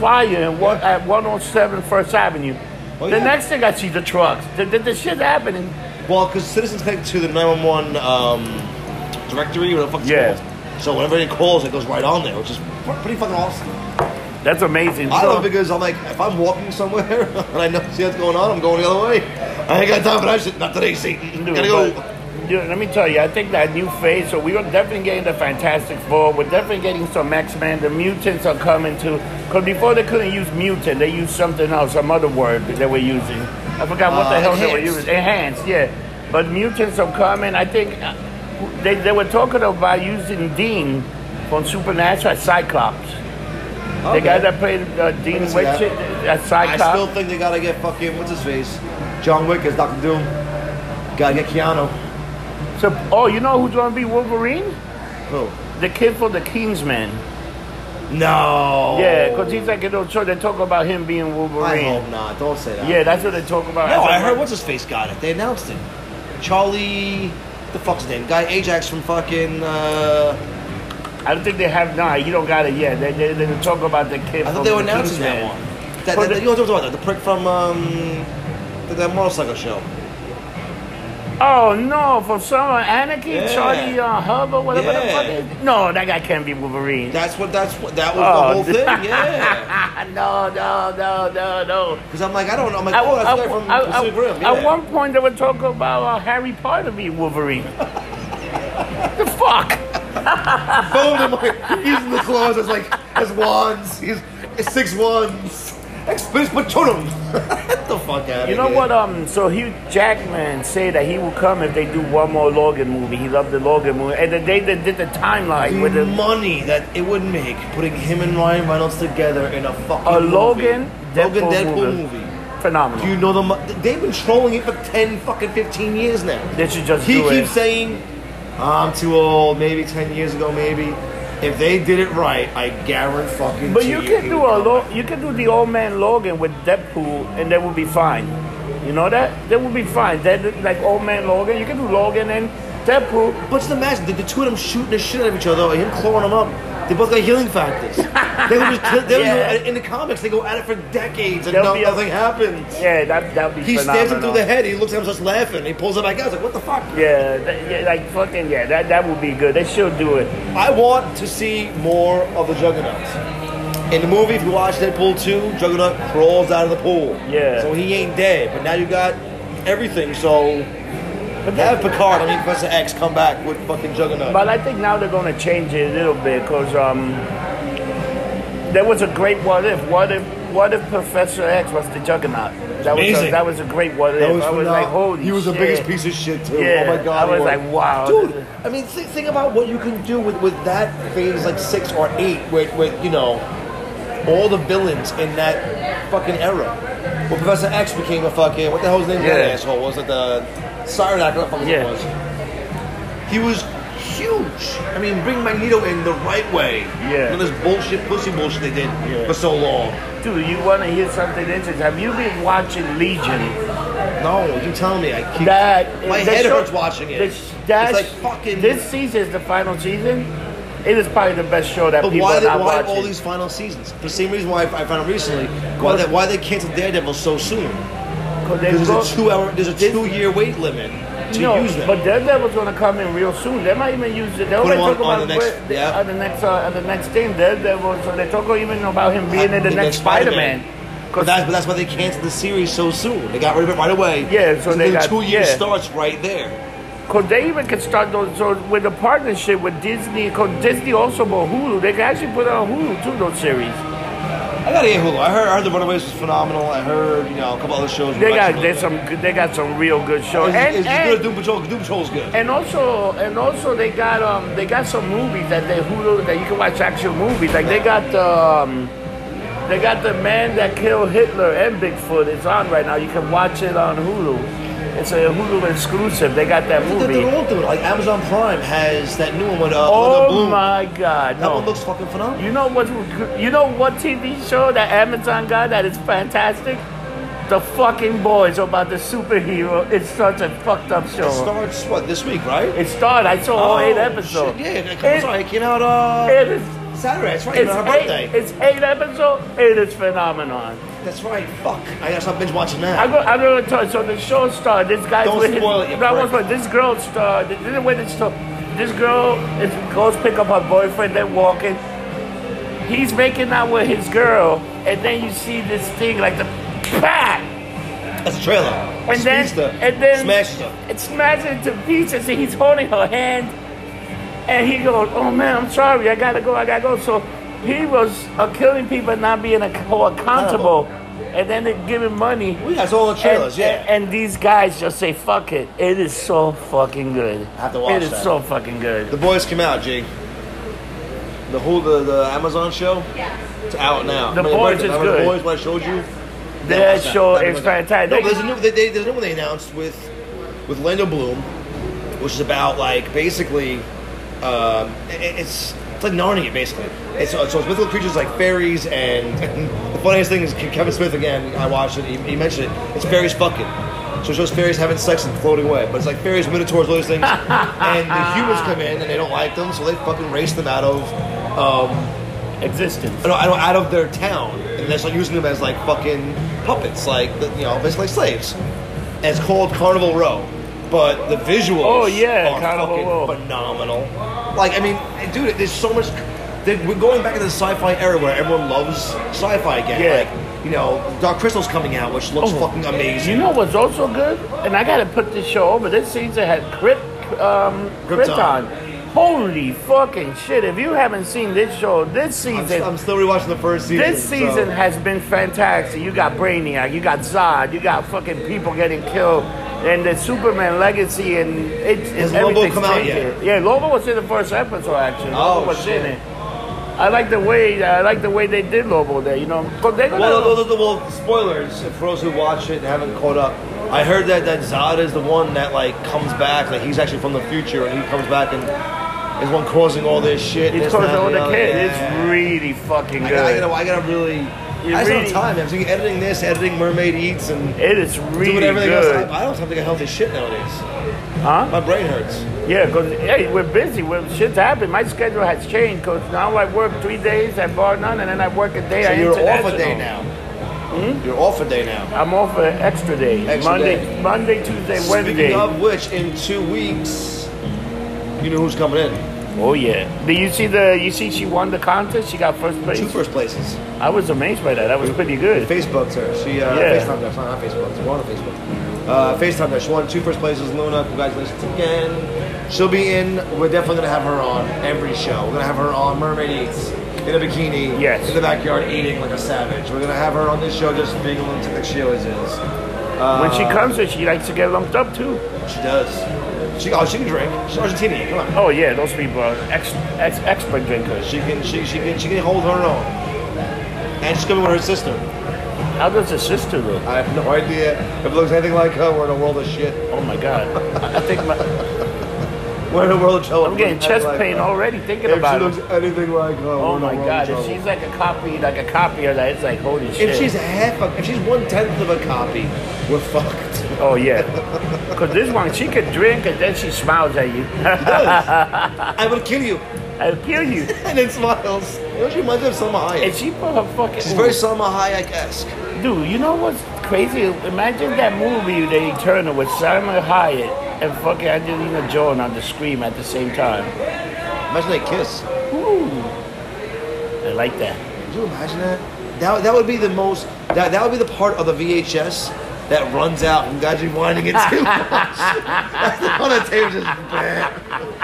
Speaker 1: fire in one,
Speaker 2: Yeah.
Speaker 1: at 107 First Avenue.
Speaker 2: Oh,
Speaker 1: the
Speaker 2: yeah.
Speaker 1: next thing I see the trucks. The, the, the shit happening.
Speaker 2: Well, because Citizen's connected to the 911 um, directory, whatever the fuck it's
Speaker 1: Yeah.
Speaker 2: called. So whenever it calls, it goes right on there, which is pr- pretty fucking awesome.
Speaker 1: That's amazing.
Speaker 2: I
Speaker 1: So-
Speaker 2: love it because I'm like, if I'm walking somewhere and I know see what's going on, I'm going the other way. I ain't got time for that shit. Not today, Satan.
Speaker 1: Dude,
Speaker 2: Gotta go.
Speaker 1: but- dude, let me tell you, I think that new phase. So we are definitely getting the Fantastic Four. We're definitely getting some X Men. The mutants are coming too. Because before they couldn't use mutant, they used something else, some other word that they were using. I forgot what
Speaker 2: Uh,
Speaker 1: the hell they were
Speaker 2: enhanced.
Speaker 1: using. Enhanced, yeah. But mutants are coming. I think uh, they, they were talking about using Dean from Supernatural as Cyclops. The guy
Speaker 2: Okay.
Speaker 1: that played uh, Dean
Speaker 2: see that.
Speaker 1: Witch as
Speaker 2: I
Speaker 1: Cyclops.
Speaker 2: still think they gotta get fucking what's his face, John Wick as Doctor Doom. Gotta get Keanu.
Speaker 1: so, oh, you know who's going to be Wolverine?
Speaker 2: Who?
Speaker 1: The kid from the Kingsman.
Speaker 2: No.
Speaker 1: Yeah, because he's like, you know, so they talk about him being
Speaker 2: I
Speaker 1: Wolverine.
Speaker 2: hope not. Don't say that.
Speaker 1: Yeah, that's what they talk about.
Speaker 2: No,
Speaker 1: As
Speaker 2: I
Speaker 1: a-
Speaker 2: heard what's his face got it. They announced it. Charlie, the fuck's his name? Guy Ajax from fucking. Uh,
Speaker 1: I don't think they have. Nah, you don't got it yet. They they, they talk about the kid.
Speaker 2: I
Speaker 1: from
Speaker 2: thought they were
Speaker 1: the
Speaker 2: announcing that
Speaker 1: Kingsman.
Speaker 2: one. That,
Speaker 1: But
Speaker 2: that,
Speaker 1: the-
Speaker 2: you know what I'm talking about? The prick from um, the, that motorcycle show.
Speaker 1: Oh no, from some Anarchy,
Speaker 2: Yeah.
Speaker 1: Charlie uh, Hub or whatever
Speaker 2: Yeah.
Speaker 1: the fuck. Is. No, that guy can't be Wolverine.
Speaker 2: That's what. That's what. That was
Speaker 1: Oh,
Speaker 2: the whole thing. Yeah.
Speaker 1: no, no, no, no, no.
Speaker 2: Because I'm like, I don't know. I'm like,
Speaker 1: I-
Speaker 2: oh, that's
Speaker 1: I-
Speaker 2: the guy from
Speaker 1: I- I-
Speaker 2: Pacific Rim. Yeah.
Speaker 1: At one point, they were talking about uh, Harry Potter being Wolverine. the fuck.
Speaker 2: phone. I'm like, he's in the clothes. It's like, has wands. He's it's six wands. Expert Patronum. Get the fuck out
Speaker 1: You know what? Um, so Hugh Jackman said that he will come if they do one more Logan movie. He loved the Logan movie, and the day they did the timeline with
Speaker 2: The
Speaker 1: the,
Speaker 2: money that it would make putting him and Ryan Reynolds together in a fucking
Speaker 1: a
Speaker 2: movie.
Speaker 1: Logan Deadpool,
Speaker 2: Logan Deadpool
Speaker 1: movie,
Speaker 2: movie.
Speaker 1: phenomenal.
Speaker 2: Do you know the? mo- They've been trolling it for ten fucking fifteen years now.
Speaker 1: they should just
Speaker 2: He
Speaker 1: do
Speaker 2: keeps
Speaker 1: it.
Speaker 2: saying, "I'm too old. Maybe ten years ago. Maybe." If they did it right, I guarantee fucking.
Speaker 1: But
Speaker 2: to
Speaker 1: you
Speaker 2: you
Speaker 1: can
Speaker 2: he
Speaker 1: do
Speaker 2: would
Speaker 1: a
Speaker 2: come
Speaker 1: lo- you can do the old man Logan with Deadpool, and that will be fine. You know that that will be fine. That like old man Logan, you can do Logan and Deadpool.
Speaker 2: But just imagine the, the two of them shooting the shit out of each other, and him clawing them up. They both got healing factors. they were just, kill- they were-
Speaker 1: Yeah.
Speaker 2: in the comics. They go at it for decades, and
Speaker 1: There'll
Speaker 2: no,
Speaker 1: be a-
Speaker 2: nothing happens.
Speaker 1: Yeah, that that would be
Speaker 2: He
Speaker 1: phenomenal.
Speaker 2: stabs him through the head. He looks at him, starts laughing. He pulls it back out. It's like, what the fuck?
Speaker 1: yeah, that- yeah, like fucking yeah, that that would be good. They should do it.
Speaker 2: I want to see more of the Juggernaut. In the movie, if you watch Deadpool 2, Juggernaut crawls out of the pool.
Speaker 1: Yeah.
Speaker 2: So he ain't dead, but now you got everything. So
Speaker 1: But
Speaker 2: have Picard, I mean Professor X, come back with fucking Juggernaut.
Speaker 1: But I think now they're going to change it a little bit because um, there was a great what if. What if? What if Professor X was the Juggernaut? That was a,
Speaker 2: Amazing.
Speaker 1: that was a great what if.
Speaker 2: That was
Speaker 1: I was
Speaker 2: phenomenal.
Speaker 1: like, holy.
Speaker 2: He was the
Speaker 1: shit.
Speaker 2: biggest piece of shit too.
Speaker 1: Yeah,
Speaker 2: oh my god.
Speaker 1: I was
Speaker 2: he
Speaker 1: like, wow.
Speaker 2: Dude, I mean, think, think about what you can do with, with that phase like six or eight, with with you know, all the villains in that fucking era. Well, Professor X became a fucking what the hell was his name?
Speaker 1: Yeah.
Speaker 2: That asshole was it the Cyranak? What the fuck his name
Speaker 1: Yeah.
Speaker 2: was? He was huge. I mean, bring Magneto in the right way.
Speaker 1: Yeah.
Speaker 2: Not this bullshit, pussy bullshit they did
Speaker 1: Yeah.
Speaker 2: for so long.
Speaker 1: Dude, you want to hear something interesting? Have you been watching Legion?
Speaker 2: No, you tell me. I keep.
Speaker 1: That
Speaker 2: My
Speaker 1: the
Speaker 2: head hurts watching it.
Speaker 1: the- that-
Speaker 2: It's like fucking-
Speaker 1: This season is the final season. It is probably the best show that
Speaker 2: But
Speaker 1: people
Speaker 2: why,
Speaker 1: are
Speaker 2: they,
Speaker 1: not
Speaker 2: why
Speaker 1: watching.
Speaker 2: all these final seasons? The same reason why I I found out recently why they, why they canceled Daredevil so soon.
Speaker 1: 'Cause they
Speaker 2: There's
Speaker 1: go-
Speaker 2: a two hour, there's a two year wait limit to
Speaker 1: no,
Speaker 2: use them.
Speaker 1: but Daredevil's gonna come in real soon. They might even use it. They already
Speaker 2: him on-
Speaker 1: talk about
Speaker 2: on the next-
Speaker 1: where- the-
Speaker 2: yeah.
Speaker 1: on the next uh, on the next thing. Daredevil. So they talk even about him being in the, next Spider-Man.
Speaker 2: But that's, but that's why they canceled the series so soon. They got rid of it right away.
Speaker 1: Yeah, so they
Speaker 2: the
Speaker 1: got-
Speaker 2: two years
Speaker 1: yeah.
Speaker 2: starts right there.
Speaker 1: Because they even can start those so with a partnership with Disney. Because Disney also bought Hulu. They can actually put on Hulu too. Those series.
Speaker 2: I gotta get Hulu. I heard, I heard the Runaways was phenomenal. I heard you know a couple other shows.
Speaker 1: They
Speaker 2: were
Speaker 1: got
Speaker 2: actually
Speaker 1: there's
Speaker 2: really
Speaker 1: some good- they got some real good
Speaker 2: good.
Speaker 1: shows.
Speaker 2: It's,
Speaker 1: and,
Speaker 2: it's
Speaker 1: and,
Speaker 2: good. Doom Patrol. Doom Patrol's good.
Speaker 1: and also and also they got um they got some movies that they Hulu that you can watch actual movies. Like they got the um, they got the man that killed Hitler and Bigfoot. It's on right now. You can watch it on Hulu. It's a Hulu exclusive. They got that
Speaker 2: They're, they're
Speaker 1: movie.
Speaker 2: all doing it. Like Amazon Prime has that new one with uh, Orlando
Speaker 1: Oh
Speaker 2: Bloom.
Speaker 1: my God!
Speaker 2: That
Speaker 1: No.
Speaker 2: one looks fucking phenomenal.
Speaker 1: You know what? You know what TV show that Amazon got that is fantastic? The fucking boys about the superhero. It's such a fucked up show.
Speaker 2: It starts what this week, right?
Speaker 1: It started. I saw all eight episodes.
Speaker 2: Oh, Shit, yeah, it comes
Speaker 1: Oh, It-
Speaker 2: out. It came out uh,
Speaker 1: it is.
Speaker 2: Saturday. That's right.
Speaker 1: It's
Speaker 2: It's her
Speaker 1: eight,
Speaker 2: birthday.
Speaker 1: it's eight episodes. It is phenomenon.
Speaker 2: That's right. Fuck. I gotta stop binge watching
Speaker 1: I
Speaker 2: that.
Speaker 1: go. I don't know. Tell you, so the show started. This guy.
Speaker 2: Don't
Speaker 1: with his-
Speaker 2: spoil it, you
Speaker 1: no, I won't
Speaker 2: prick.
Speaker 1: spoil it. This girl started. This is where this story. This girl is, goes pick up her boyfriend. They're walking. He's making out with his girl, and then you see this thing like the pat.
Speaker 2: That's a trailer.
Speaker 1: And then,
Speaker 2: Speedster.
Speaker 1: and then
Speaker 2: smashed her.
Speaker 1: It smashed her to pieces, and he's holding her hand. And he goes, "Oh man, I'm sorry. I gotta go. I gotta go." So he was uh, killing people, and not being ac- held accountable, and then they give him money.
Speaker 2: We got all the trailers.
Speaker 1: And,
Speaker 2: yeah.
Speaker 1: and, and these guys just say, "Fuck it." It is so fucking good.
Speaker 2: I have to watch
Speaker 1: It is
Speaker 2: that.
Speaker 1: so fucking good.
Speaker 2: The boys came out, Jake. The whole the, the Amazon show. Yeah. It's out now.
Speaker 1: The
Speaker 2: Remember
Speaker 1: Boys is
Speaker 2: remember
Speaker 1: good.
Speaker 2: The boys, what I showed you.
Speaker 1: That
Speaker 2: Watch
Speaker 1: show
Speaker 2: That
Speaker 1: is
Speaker 2: was that.
Speaker 1: fantastic.
Speaker 2: No, but there's a new they, they, there's a new one they announced with with Lando Bloom, which is about like basically um, i- i- it's it's like Narnia basically. It's so it's mythical creatures like fairies and the funniest thing is Kevin Smith again. I watched it. He, he mentioned it. It's fairies fucking. So it shows fairies having sex and floating away, but it's like fairies, minotaurs, all those things, and the humans come in and they don't like them, so they fucking race them out of
Speaker 1: Existence.
Speaker 2: I don't, I don't, out of their town, and they're like using them as like fucking puppets, like the, you know, basically slaves. And it's called Carnival Row, but the visuals
Speaker 1: Oh, yeah,
Speaker 2: are
Speaker 1: Carnival
Speaker 2: fucking
Speaker 1: Row.
Speaker 2: phenomenal. Like I mean, dude, there's so much. that- We're going back into the sci-fi era where everyone loves sci-fi again.
Speaker 1: Yeah.
Speaker 2: Like, you know, Dark Crystal's coming out, which looks
Speaker 1: Oh.
Speaker 2: fucking
Speaker 1: You
Speaker 2: amazing.
Speaker 1: know what's also good? And I gotta put this show over. This season had Crypt, um,
Speaker 2: Krypton.
Speaker 1: Krypton. Holy fucking shit! If you haven't seen this show, this
Speaker 2: I'm,
Speaker 1: season,
Speaker 2: st- I'm still rewatching the first season.
Speaker 1: this
Speaker 2: so-
Speaker 1: season has been fantastic. You got Brainiac, you got Zod, you got fucking people getting killed, and the Superman legacy, and it's, it's
Speaker 2: Has Lobo
Speaker 1: everything's
Speaker 2: come out
Speaker 1: changing. Yeah, Lobo was in the first episode actually. Lobo
Speaker 2: Oh,
Speaker 1: was
Speaker 2: shit.
Speaker 1: in it. I like the way I like the way they did Lobo there. You know, 'Cause they're gonna-
Speaker 2: Well, well, well, well, well, spoilers for those who watch it and haven't caught up. I heard that that Zod is the one that like comes back, like he's actually from the future, and he comes back and is one causing all this shit.
Speaker 1: it's
Speaker 2: this,
Speaker 1: called
Speaker 2: that,
Speaker 1: the
Speaker 2: other.
Speaker 1: kid.
Speaker 2: Yeah.
Speaker 1: It's really fucking
Speaker 2: I
Speaker 1: good.
Speaker 2: gotta, I gotta, I gotta really.
Speaker 1: You
Speaker 2: I just don't
Speaker 1: really-
Speaker 2: have time. I'm thinking editing this, editing Mermaid Eats, and
Speaker 1: It is really
Speaker 2: doing everything
Speaker 1: good.
Speaker 2: else. I, I don't have to get healthy shit nowadays.
Speaker 1: Huh?
Speaker 2: My brain hurts.
Speaker 1: Yeah, because hey, we're busy. When shit's happened, my schedule has changed. Because now I work three days at bar none, and then I work a day.
Speaker 2: So
Speaker 1: at
Speaker 2: you're off a
Speaker 1: International. Hmm?
Speaker 2: day now. You're off a day now.
Speaker 1: I'm off an extra day.
Speaker 2: Extra
Speaker 1: Monday,
Speaker 2: day.
Speaker 1: Monday, Tuesday, Wednesday.
Speaker 2: Speaking of which, in two weeks, you know who's coming in?
Speaker 1: oh yeah. Did you see the? You see, she won the contest. She got first place.
Speaker 2: Two first places.
Speaker 1: I was amazed by that. That was pretty good.
Speaker 2: Facebooked her. She uh,
Speaker 1: Yeah.
Speaker 2: FaceTimed her. It's Not, not Facebooked. Her. We're on Facebook. Uh, FaceTimed her. She won two first places. Luna, congratulations again. She'll be in. We're definitely gonna have her on every show. We're gonna have her on Mermaid Eats in a bikini.
Speaker 1: Yes.
Speaker 2: In the backyard eating like a savage. We're gonna have her on this show just being a lunatic like she always is.
Speaker 1: when she comes here, she likes to get lumped up too.
Speaker 2: She does. She oh she can drink. She's Argentinian. Come on.
Speaker 1: Oh yeah, those people are ex, ex, expert drinkers.
Speaker 2: She can she she can she can hold her own. And she's coming with her sister.
Speaker 1: How does her sister look?
Speaker 2: I have no idea if it looks anything like her. We're in a world of shit.
Speaker 1: Oh my God! I I think my
Speaker 2: We're uh, in a world show.
Speaker 1: I'm getting chest pain already thinking
Speaker 2: If
Speaker 1: about
Speaker 2: she
Speaker 1: it.
Speaker 2: looks anything like her,
Speaker 1: Oh
Speaker 2: we're in a
Speaker 1: my
Speaker 2: world
Speaker 1: god,
Speaker 2: of
Speaker 1: if
Speaker 2: trouble.
Speaker 1: she's like a copy, like a copy of that, it's like holy shit.
Speaker 2: If she's half, a, if she's one tenth of a copy, we're fucked.
Speaker 1: oh yeah, because this one she could drink and then she smiles at you.
Speaker 2: I will kill you,
Speaker 1: I'll kill you.
Speaker 2: and then smiles. You know, she reminds me of Selma
Speaker 1: And
Speaker 2: Hayek.
Speaker 1: she put her fucking.
Speaker 2: She's very Selma Hayek-esque.
Speaker 1: Dude, you know what's crazy? Imagine that movie, The Eternal, with Simon Hyatt and fucking Angelina Jolie on the screen at the same time.
Speaker 2: Imagine they kiss.
Speaker 1: Ooh, I like that.
Speaker 2: Could you imagine that? That, that would be the most. That, that would be the part of the VHS that runs out and guys are winding it too much. That's the one that tape just.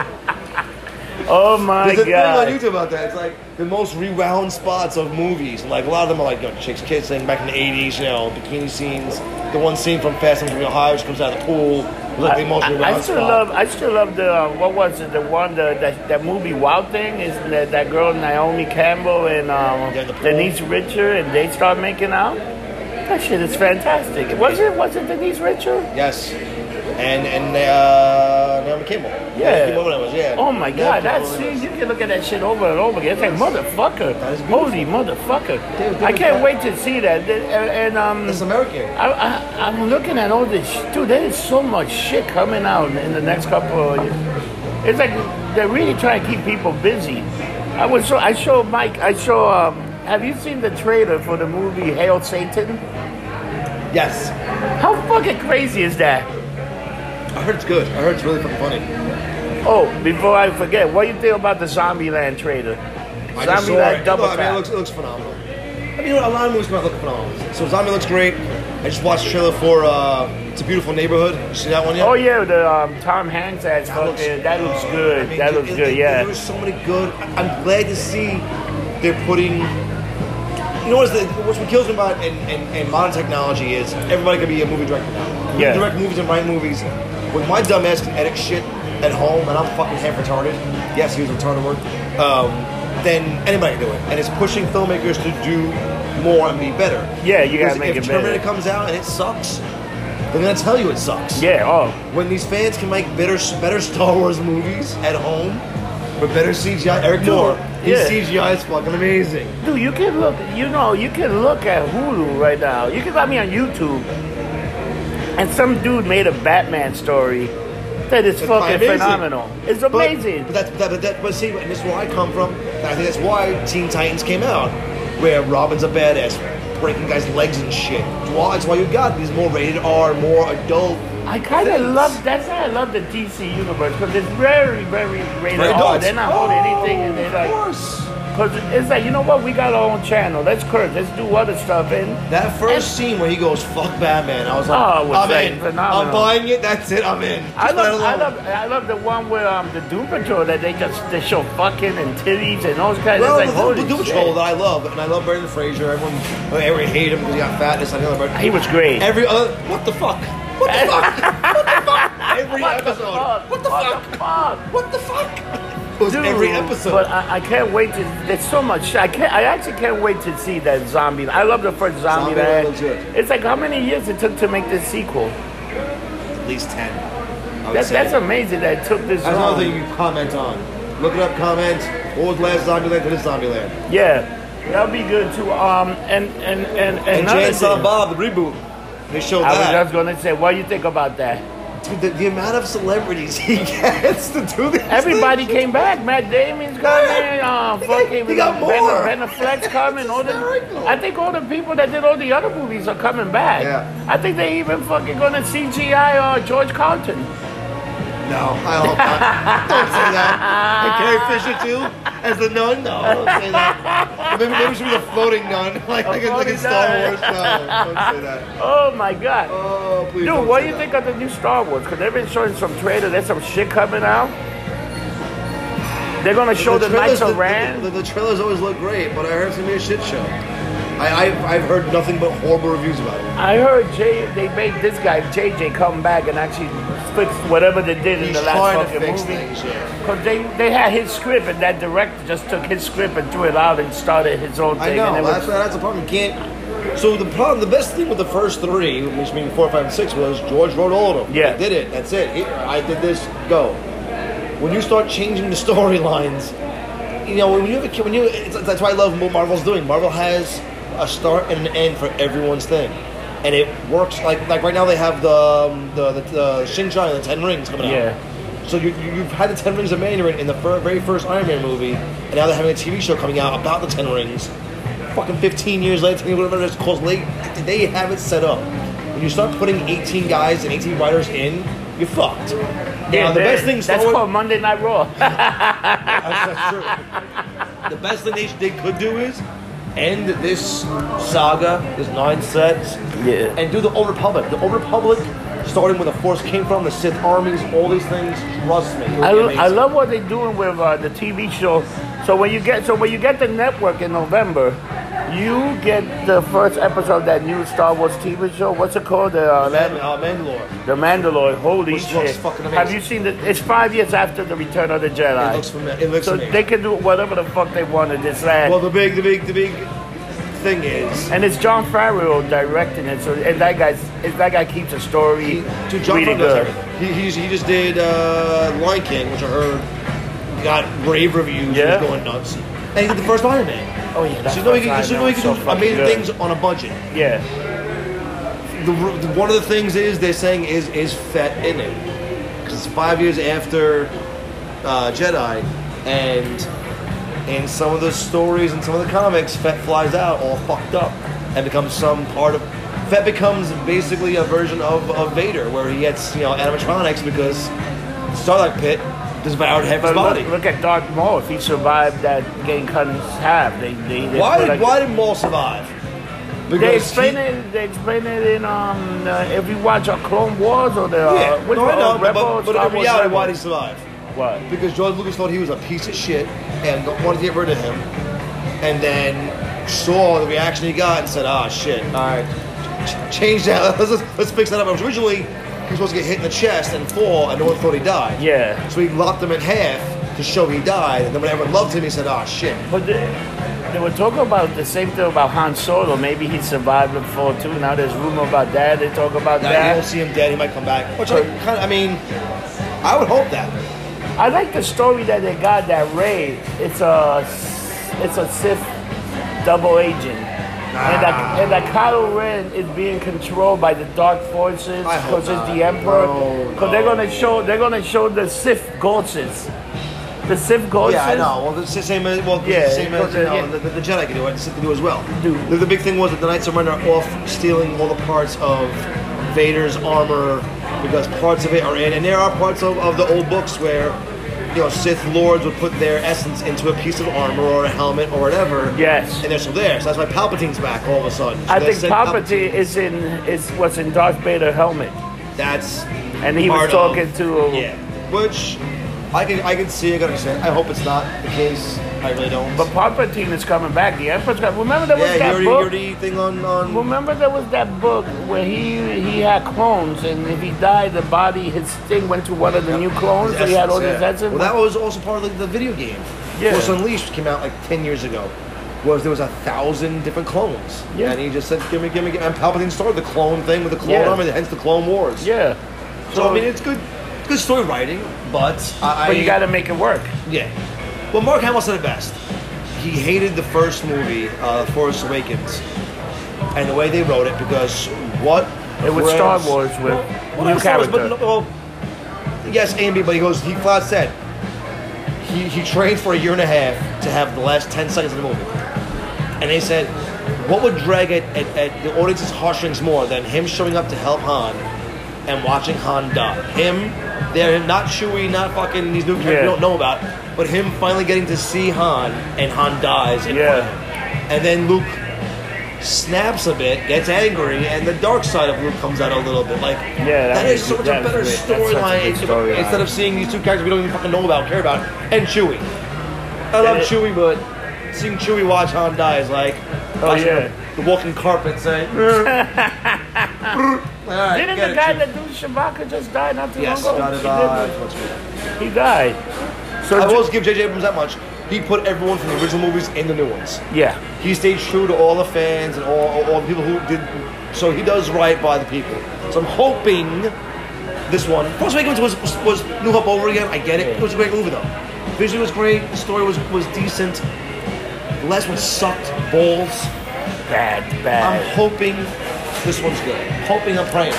Speaker 1: Oh my
Speaker 2: There's a
Speaker 1: god.
Speaker 2: thing on YouTube about that. It's like the most rewound spots of movies. Like a lot of them are like you know, chicks kissing back in the '80s. You know, bikini scenes. The one scene from Fast and Furious High, she comes out of the pool. Like the most
Speaker 1: I,
Speaker 2: rewound
Speaker 1: I still
Speaker 2: spot.
Speaker 1: love. I still love the uh, what was it? The one the, that that movie Wild Thing is that, that girl Naomi Campbell and um,
Speaker 2: Yeah, the pool.
Speaker 1: Denise Richard and they start making out. That shit is fantastic. Was it was it Denise Richard?
Speaker 2: Yes. And and uh, Naomi Campbell.
Speaker 1: Yeah.
Speaker 2: Naomi Campbell was, yeah.
Speaker 1: Oh my
Speaker 2: Naomi
Speaker 1: god, that
Speaker 2: Campbell
Speaker 1: scene
Speaker 2: was.
Speaker 1: you can look at that shit over and over again. It's like motherfucker,
Speaker 2: That is beautiful.
Speaker 1: holy motherfucker.
Speaker 2: Dude,
Speaker 1: I can't
Speaker 2: dude, that-
Speaker 1: wait to see that. And, and um,
Speaker 2: It's American.
Speaker 1: I, I, I'm looking at all this, sh- dude. There is so much shit coming out in the next couple of years. It's like they're really trying to keep people busy. I was so I show Mike. I show. Um, have you seen the trailer for the movie Hail Satan?
Speaker 2: Yes.
Speaker 1: How fucking crazy is that?
Speaker 2: I heard it's good. I heard it's really fucking funny.
Speaker 1: Oh, before I forget, what do you think about the Zombieland trailer?
Speaker 2: I just saw
Speaker 1: Zombieland
Speaker 2: it.
Speaker 1: double
Speaker 2: Look, I mean,
Speaker 1: tap.
Speaker 2: it looks, it looks phenomenal. I mean, a lot of movies come out look phenomenal. So Zombie looks great. I just watched the trailer for uh, It's a Beautiful Neighborhood. You see that one yet?
Speaker 1: Oh yeah, the um, Tom Hanks as fucking. That looks
Speaker 2: uh,
Speaker 1: good.
Speaker 2: I mean,
Speaker 1: that
Speaker 2: it-
Speaker 1: looks
Speaker 2: it-
Speaker 1: good.
Speaker 2: it-
Speaker 1: Yeah.
Speaker 2: There's so many good. I- I'm glad to see they're putting. You know what's, the, what's what kills me about and, and, and modern technology is everybody can be a movie director now. You
Speaker 1: Yeah.
Speaker 2: can direct movies and write movies. With my dumb ass can edit shit at home, and I'm fucking half retarded. Yes, use retarded word. Um, then anybody can do it, and it's pushing filmmakers to do more and be better.
Speaker 1: Yeah, you gotta
Speaker 2: Because
Speaker 1: make
Speaker 2: if
Speaker 1: it better.
Speaker 2: Terminator comes out and it sucks, they're gonna tell you it sucks
Speaker 1: yeah. Oh,
Speaker 2: when these fans can make better better Star Wars movies at home with better CGI. Eric
Speaker 1: Dude,
Speaker 2: Moore, his
Speaker 1: yeah.
Speaker 2: CGI is fucking amazing.
Speaker 1: dude, you can look. You know, you can look at Hulu right now. You can find me on YouTube. And some dude made a Batman story that is fucking
Speaker 2: amazing.
Speaker 1: phenomenal. It's
Speaker 2: But-
Speaker 1: amazing.
Speaker 2: But, that, that, but, that, but see, and this is where I come from. and I think that's why Teen Titans came out, where Robin's a badass, breaking guys' legs and shit. That's why, that's why you got these more rated R, more adult.
Speaker 1: I kind of
Speaker 2: things.
Speaker 1: love. That's why I love the DC universe because it's very, very rated
Speaker 2: Very
Speaker 1: R.
Speaker 2: adult.
Speaker 1: They're not holding anything, and they're
Speaker 2: Oh, Of
Speaker 1: like,
Speaker 2: course.
Speaker 1: because it's like, you know what? We got our own channel. Let's curse. Let's do other stuff. And
Speaker 2: That first scene where he goes, fuck Batman, I was like,
Speaker 1: Oh, it was
Speaker 2: I'm
Speaker 1: like
Speaker 2: in. I'm
Speaker 1: phenomenal.
Speaker 2: buying it, that's it, I'm in.
Speaker 1: I
Speaker 2: Just let it
Speaker 1: love, I
Speaker 2: alone.
Speaker 1: love, I love the one where um the Doom Patrol that they just they show fucking and titties and all kinds
Speaker 2: Well,
Speaker 1: of like
Speaker 2: the,
Speaker 1: holy
Speaker 2: the Doom
Speaker 1: shit.
Speaker 2: Patrol that I love, and I love Brendan Fraser. Everyone, everyone hated him because he got fat. This, that, and the other. But
Speaker 1: He was great.
Speaker 2: every other, what the fuck? What the fuck? What the fuck? Every episode. What the fuck?
Speaker 1: What the fuck?
Speaker 2: What the fuck? It was
Speaker 1: Dude,
Speaker 2: every episode.
Speaker 1: But I, I can't wait to. There's so much. I can't. I actually can't wait to see that zombie. I love the first zombie.
Speaker 2: Zombieland
Speaker 1: man.
Speaker 2: looks good.
Speaker 1: It's like how many years it took to make this sequel.
Speaker 2: At least ten. I would
Speaker 1: That's
Speaker 2: say.
Speaker 1: that's amazing that it took this
Speaker 2: That's
Speaker 1: long.
Speaker 2: another thing you can comment on. Look it up. Comment. What was last Zombieland to this Zombieland?
Speaker 1: Yeah, that'll be good too. Um, and and and and,
Speaker 2: And
Speaker 1: another
Speaker 2: Jay and Silent
Speaker 1: thing.
Speaker 2: Bob the reboot. They showed
Speaker 1: I was
Speaker 2: that.
Speaker 1: just gonna say, what do you think about that?
Speaker 2: Dude, the, the amount of celebrities he gets to do this.
Speaker 1: Everybody came back. Matt Damon's coming. Uh,
Speaker 2: They got-
Speaker 1: fucking
Speaker 2: they got
Speaker 1: Ben,
Speaker 2: more.
Speaker 1: ben Affleck's coming. all the,
Speaker 2: hysterical.
Speaker 1: I think all the people that did all the other movies are coming back.
Speaker 2: Yeah.
Speaker 1: I think they even fucking gonna CGI uh, George Carlton.
Speaker 2: No, I hope not. don't say that. And Carrie Fisher too, as the nun. No, don't say that. Maybe, maybe she'll be the floating nun, like like, in- like
Speaker 1: floating
Speaker 2: in Star
Speaker 1: nun.
Speaker 2: Wars. No, don't say that.
Speaker 1: Oh my god.
Speaker 2: Oh, please.
Speaker 1: Dude,
Speaker 2: don't
Speaker 1: what
Speaker 2: say
Speaker 1: do you
Speaker 2: that.
Speaker 1: think of the new Star Wars? Because they've been showing some trailer. There's some shit coming out. They're gonna show the,
Speaker 2: trailers-
Speaker 1: Knights of Ren.
Speaker 2: The, the, the trailers always look great, but I heard it's gonna be a shit show. I, I I've heard nothing but horrible reviews about it.
Speaker 1: I heard Jay, they made this guy JJ come back and actually fix whatever they did in
Speaker 2: He's
Speaker 1: the
Speaker 2: trying
Speaker 1: last
Speaker 2: to
Speaker 1: fucking
Speaker 2: fix
Speaker 1: movie.
Speaker 2: things. Yeah.
Speaker 1: Because they, they had his script, and that director just took his script and threw it out and started his own
Speaker 2: I
Speaker 1: thing.
Speaker 2: know.
Speaker 1: and it
Speaker 2: That's
Speaker 1: was,
Speaker 2: that's a problem. You can't. So the problem, the best thing with the first three, which means four, five, and six, was George wrote all of them.
Speaker 1: Yeah.
Speaker 2: He did it. That's it. Here, I did this. Go. when you start changing the storylines, you know, when you have a kid, when you, it's, that's why I love what Marvel's doing. Marvel has a start and an end for everyone's thing, and it works. Like like right now they have the um, the the, the Shinji and the Ten Rings coming out.
Speaker 1: Yeah.
Speaker 2: So you, you- you've had the Ten Rings of Mandarin in the fir- very first Iron Man movie, and now they're having a TV show coming out about the Ten Rings. Fucking 15 years later, 10 whatever it is, called late. They have it set up. When you start putting 18 guys and 18 writers in, you're fucked. now,
Speaker 1: that-
Speaker 2: the best thing Star
Speaker 1: That's
Speaker 2: Wars-
Speaker 1: called Monday Night Raw.
Speaker 2: the best thing they, they could do is end this saga, this nine sets,
Speaker 1: Yeah.
Speaker 2: and do the Old Republic. The Old Republic, starting where the Force came from, the Sith armies, all these things. Trust me, it would
Speaker 1: I,
Speaker 2: be
Speaker 1: lo- I
Speaker 2: amazing.
Speaker 1: love what they're doing with uh, the TV show. So when you get so when you get the network in November, you get the first episode of that new Star Wars TV show. What's it called? The uh,
Speaker 2: Man, uh, Mandalore.
Speaker 1: The Mandalorian. Holy
Speaker 2: Which
Speaker 1: shit!
Speaker 2: looks fucking amazing.
Speaker 1: Have you seen it? It's five years after the Return of the Jedi.
Speaker 2: It looks familiar. It looks
Speaker 1: so
Speaker 2: amazing.
Speaker 1: they can do whatever the fuck they want in this land.
Speaker 2: well, the big, the big, the big thing is.
Speaker 1: and it's John Favreau directing it. So and that guy's and that guy keeps the story
Speaker 2: Dude, John
Speaker 1: really
Speaker 2: Favreau
Speaker 1: good.
Speaker 2: does everything. He, he's, he just did uh, Lion King, which I heard got rave reviews.
Speaker 1: Yeah.
Speaker 2: He was going nuts. And he did the first Iron Man.
Speaker 1: Oh yeah, that's
Speaker 2: So you know he can,
Speaker 1: fucking
Speaker 2: so you know he can
Speaker 1: so
Speaker 2: do
Speaker 1: fucking
Speaker 2: amazing
Speaker 1: good.
Speaker 2: things on a budget.
Speaker 1: Yeah.
Speaker 2: the, the- one of the things is they're saying is is Fett in it because it's five years after uh, Jedi, and in some of the stories and some of the comics, Fett flies out all fucked up and becomes some part of. Fett becomes basically a version of, of Vader, where he gets you know animatronics because the Starlight Pit devoured half his
Speaker 1: But
Speaker 2: body.
Speaker 1: look, look at Darth Maul. If he survived that getting cut in half, they they, they
Speaker 2: Why
Speaker 1: put
Speaker 2: did
Speaker 1: like-
Speaker 2: why did Maul survive?
Speaker 1: They
Speaker 2: Because
Speaker 1: explain
Speaker 2: he-
Speaker 1: it. They explain it in um. Uh, if you watch a Clone Wars or the uh,
Speaker 2: Yeah,
Speaker 1: which
Speaker 2: no, I
Speaker 1: one?
Speaker 2: know, but,
Speaker 1: Rebels,
Speaker 2: but, but
Speaker 1: Star
Speaker 2: in
Speaker 1: Wars
Speaker 2: reality, why did he
Speaker 1: Rebels?
Speaker 2: survive?
Speaker 1: what?
Speaker 2: because George Lucas thought he was a piece of shit and wanted to get rid of him, and then saw the reaction he got and said, "Ah, shit, all right, ch- change that. Let's, let's, let's fix that up." Originally, he was supposed to get hit in the chest and fall, and no one thought he died.
Speaker 1: Yeah.
Speaker 2: So he lopped him in half to show he died, and then when everyone loved him, he said, "Ah, shit."
Speaker 1: But they, they were talking about the same thing about Han Solo. Maybe he survived the fall too. Now there's rumor about that. They talk about
Speaker 2: Now you don't
Speaker 1: that.
Speaker 2: see him dead. He might come back. Which I kind of, I mean, I would hope that.
Speaker 1: I like the story that they got that Ray. It's a it's a Sith double agent. And
Speaker 2: Ah.
Speaker 1: that, and that Kylo Ren is being controlled by the dark forces
Speaker 2: I hope
Speaker 1: because it's
Speaker 2: not.
Speaker 1: the Emperor.
Speaker 2: No,
Speaker 1: Because they're gonna show they're gonna show the Sith ghosts, the Sith ghosts.
Speaker 2: Oh, Yeah, I know. Well, it's the same as well, it's
Speaker 1: Yeah,
Speaker 2: the same as
Speaker 1: because,
Speaker 2: you know,
Speaker 1: uh, yeah.
Speaker 2: the, the, the Jedi can do it. The Sith can do as well.
Speaker 1: Do.
Speaker 2: The, the big thing was that the Knights of Ren are off stealing all the parts of Vader's armor because parts of it are in, and there are parts of, of the old books where you know Sith lords would put their essence into a piece of armor or a helmet or whatever.
Speaker 1: Yes.
Speaker 2: And they're still there. So that's why Palpatine's back all of a sudden. So
Speaker 1: I
Speaker 2: they
Speaker 1: think
Speaker 2: sent
Speaker 1: Palpatine is in is what's in Darth Vader helmet.
Speaker 2: Palpatine. That's
Speaker 1: And he was
Speaker 2: part
Speaker 1: talking
Speaker 2: of,
Speaker 1: to
Speaker 2: yeah, which. I can, I can see, I can understand. I hope it's not the case. I really don't.
Speaker 1: But Palpatine is coming back. The Emperor's coming. Remember there was
Speaker 2: Yeah, you
Speaker 1: that
Speaker 2: already, you
Speaker 1: book.
Speaker 2: already thing on on.
Speaker 1: Remember there was that book where he he had clones, and if he died, the body his thing went to one of the new clones. So he had all
Speaker 2: Essence,
Speaker 1: his
Speaker 2: yeah.
Speaker 1: essence.
Speaker 2: Well, that was also part of the, the video game.
Speaker 1: Yeah.
Speaker 2: Force Unleashed came out like ten years ago. Was there was a thousand different clones,
Speaker 1: Yeah.
Speaker 2: and he just said, "Give me, give me," give me. and Palpatine started the clone thing with the clone
Speaker 1: Yeah.
Speaker 2: army, hence the Clone Wars.
Speaker 1: yeah.
Speaker 2: So, I mean, it's good, it's good story writing, but I,
Speaker 1: but
Speaker 2: I-
Speaker 1: you got to make it work.
Speaker 2: yeah. Well, Mark Hamill said it best. He hated the first movie, uh, Force Awakens, and the way they wrote it because what
Speaker 1: It was Star
Speaker 2: Wars-
Speaker 1: Wars with
Speaker 2: well,
Speaker 1: new
Speaker 2: not Star Wars, but
Speaker 1: character.
Speaker 2: no- well, yes, A and B, but he goes. He flat said he, he trained for a year and a half to have the last ten seconds of the movie, and they said, what would drag at, at, at the audience's heartstrings more than him showing up to help Han and watching Han die? Him, they're not Chewie, not fucking these new characters
Speaker 1: Yeah.
Speaker 2: we don't know about, but him finally getting to see Han and Han dies. In
Speaker 1: Yeah.
Speaker 2: front of him. and then Luke snaps a bit, gets angry, and the dark side of Luke comes out a little bit. Like,
Speaker 1: Yeah, that
Speaker 2: that is
Speaker 1: was-
Speaker 2: so much
Speaker 1: that
Speaker 2: a
Speaker 1: was
Speaker 2: better
Speaker 1: great. That's such a
Speaker 2: storyline
Speaker 1: good storyline.
Speaker 2: instead of seeing these two characters we don't even fucking know about, care about, and Chewie. I love
Speaker 1: it-
Speaker 2: Chewie, but seeing Chewie watch Han die is like
Speaker 1: Oh,
Speaker 2: watching
Speaker 1: yeah.
Speaker 2: the walking carpet saying. "Brr, brr." All right,
Speaker 1: Didn't
Speaker 2: get
Speaker 1: the
Speaker 2: it,
Speaker 1: guy
Speaker 2: Chewie.
Speaker 1: that do Chewbacca just die not too
Speaker 2: Yes,
Speaker 1: long ago?
Speaker 2: got
Speaker 1: He
Speaker 2: it,
Speaker 1: did.
Speaker 2: uh,
Speaker 1: He died. So
Speaker 2: I
Speaker 1: ju-
Speaker 2: always give J.J. Abrams that much. He put everyone from the original movies in the new ones.
Speaker 1: yeah.
Speaker 2: He stayed true to all the fans and all, all the people who did. So he does right by the people. So I'm hoping This one, Force Awakens was was, was New Hope over again. I get it. It was a great movie though. Visually was great. The story was was decent. The last one sucked balls.
Speaker 1: Bad,
Speaker 2: I'm
Speaker 1: bad.
Speaker 2: hoping this one's good. Hoping I'm praying.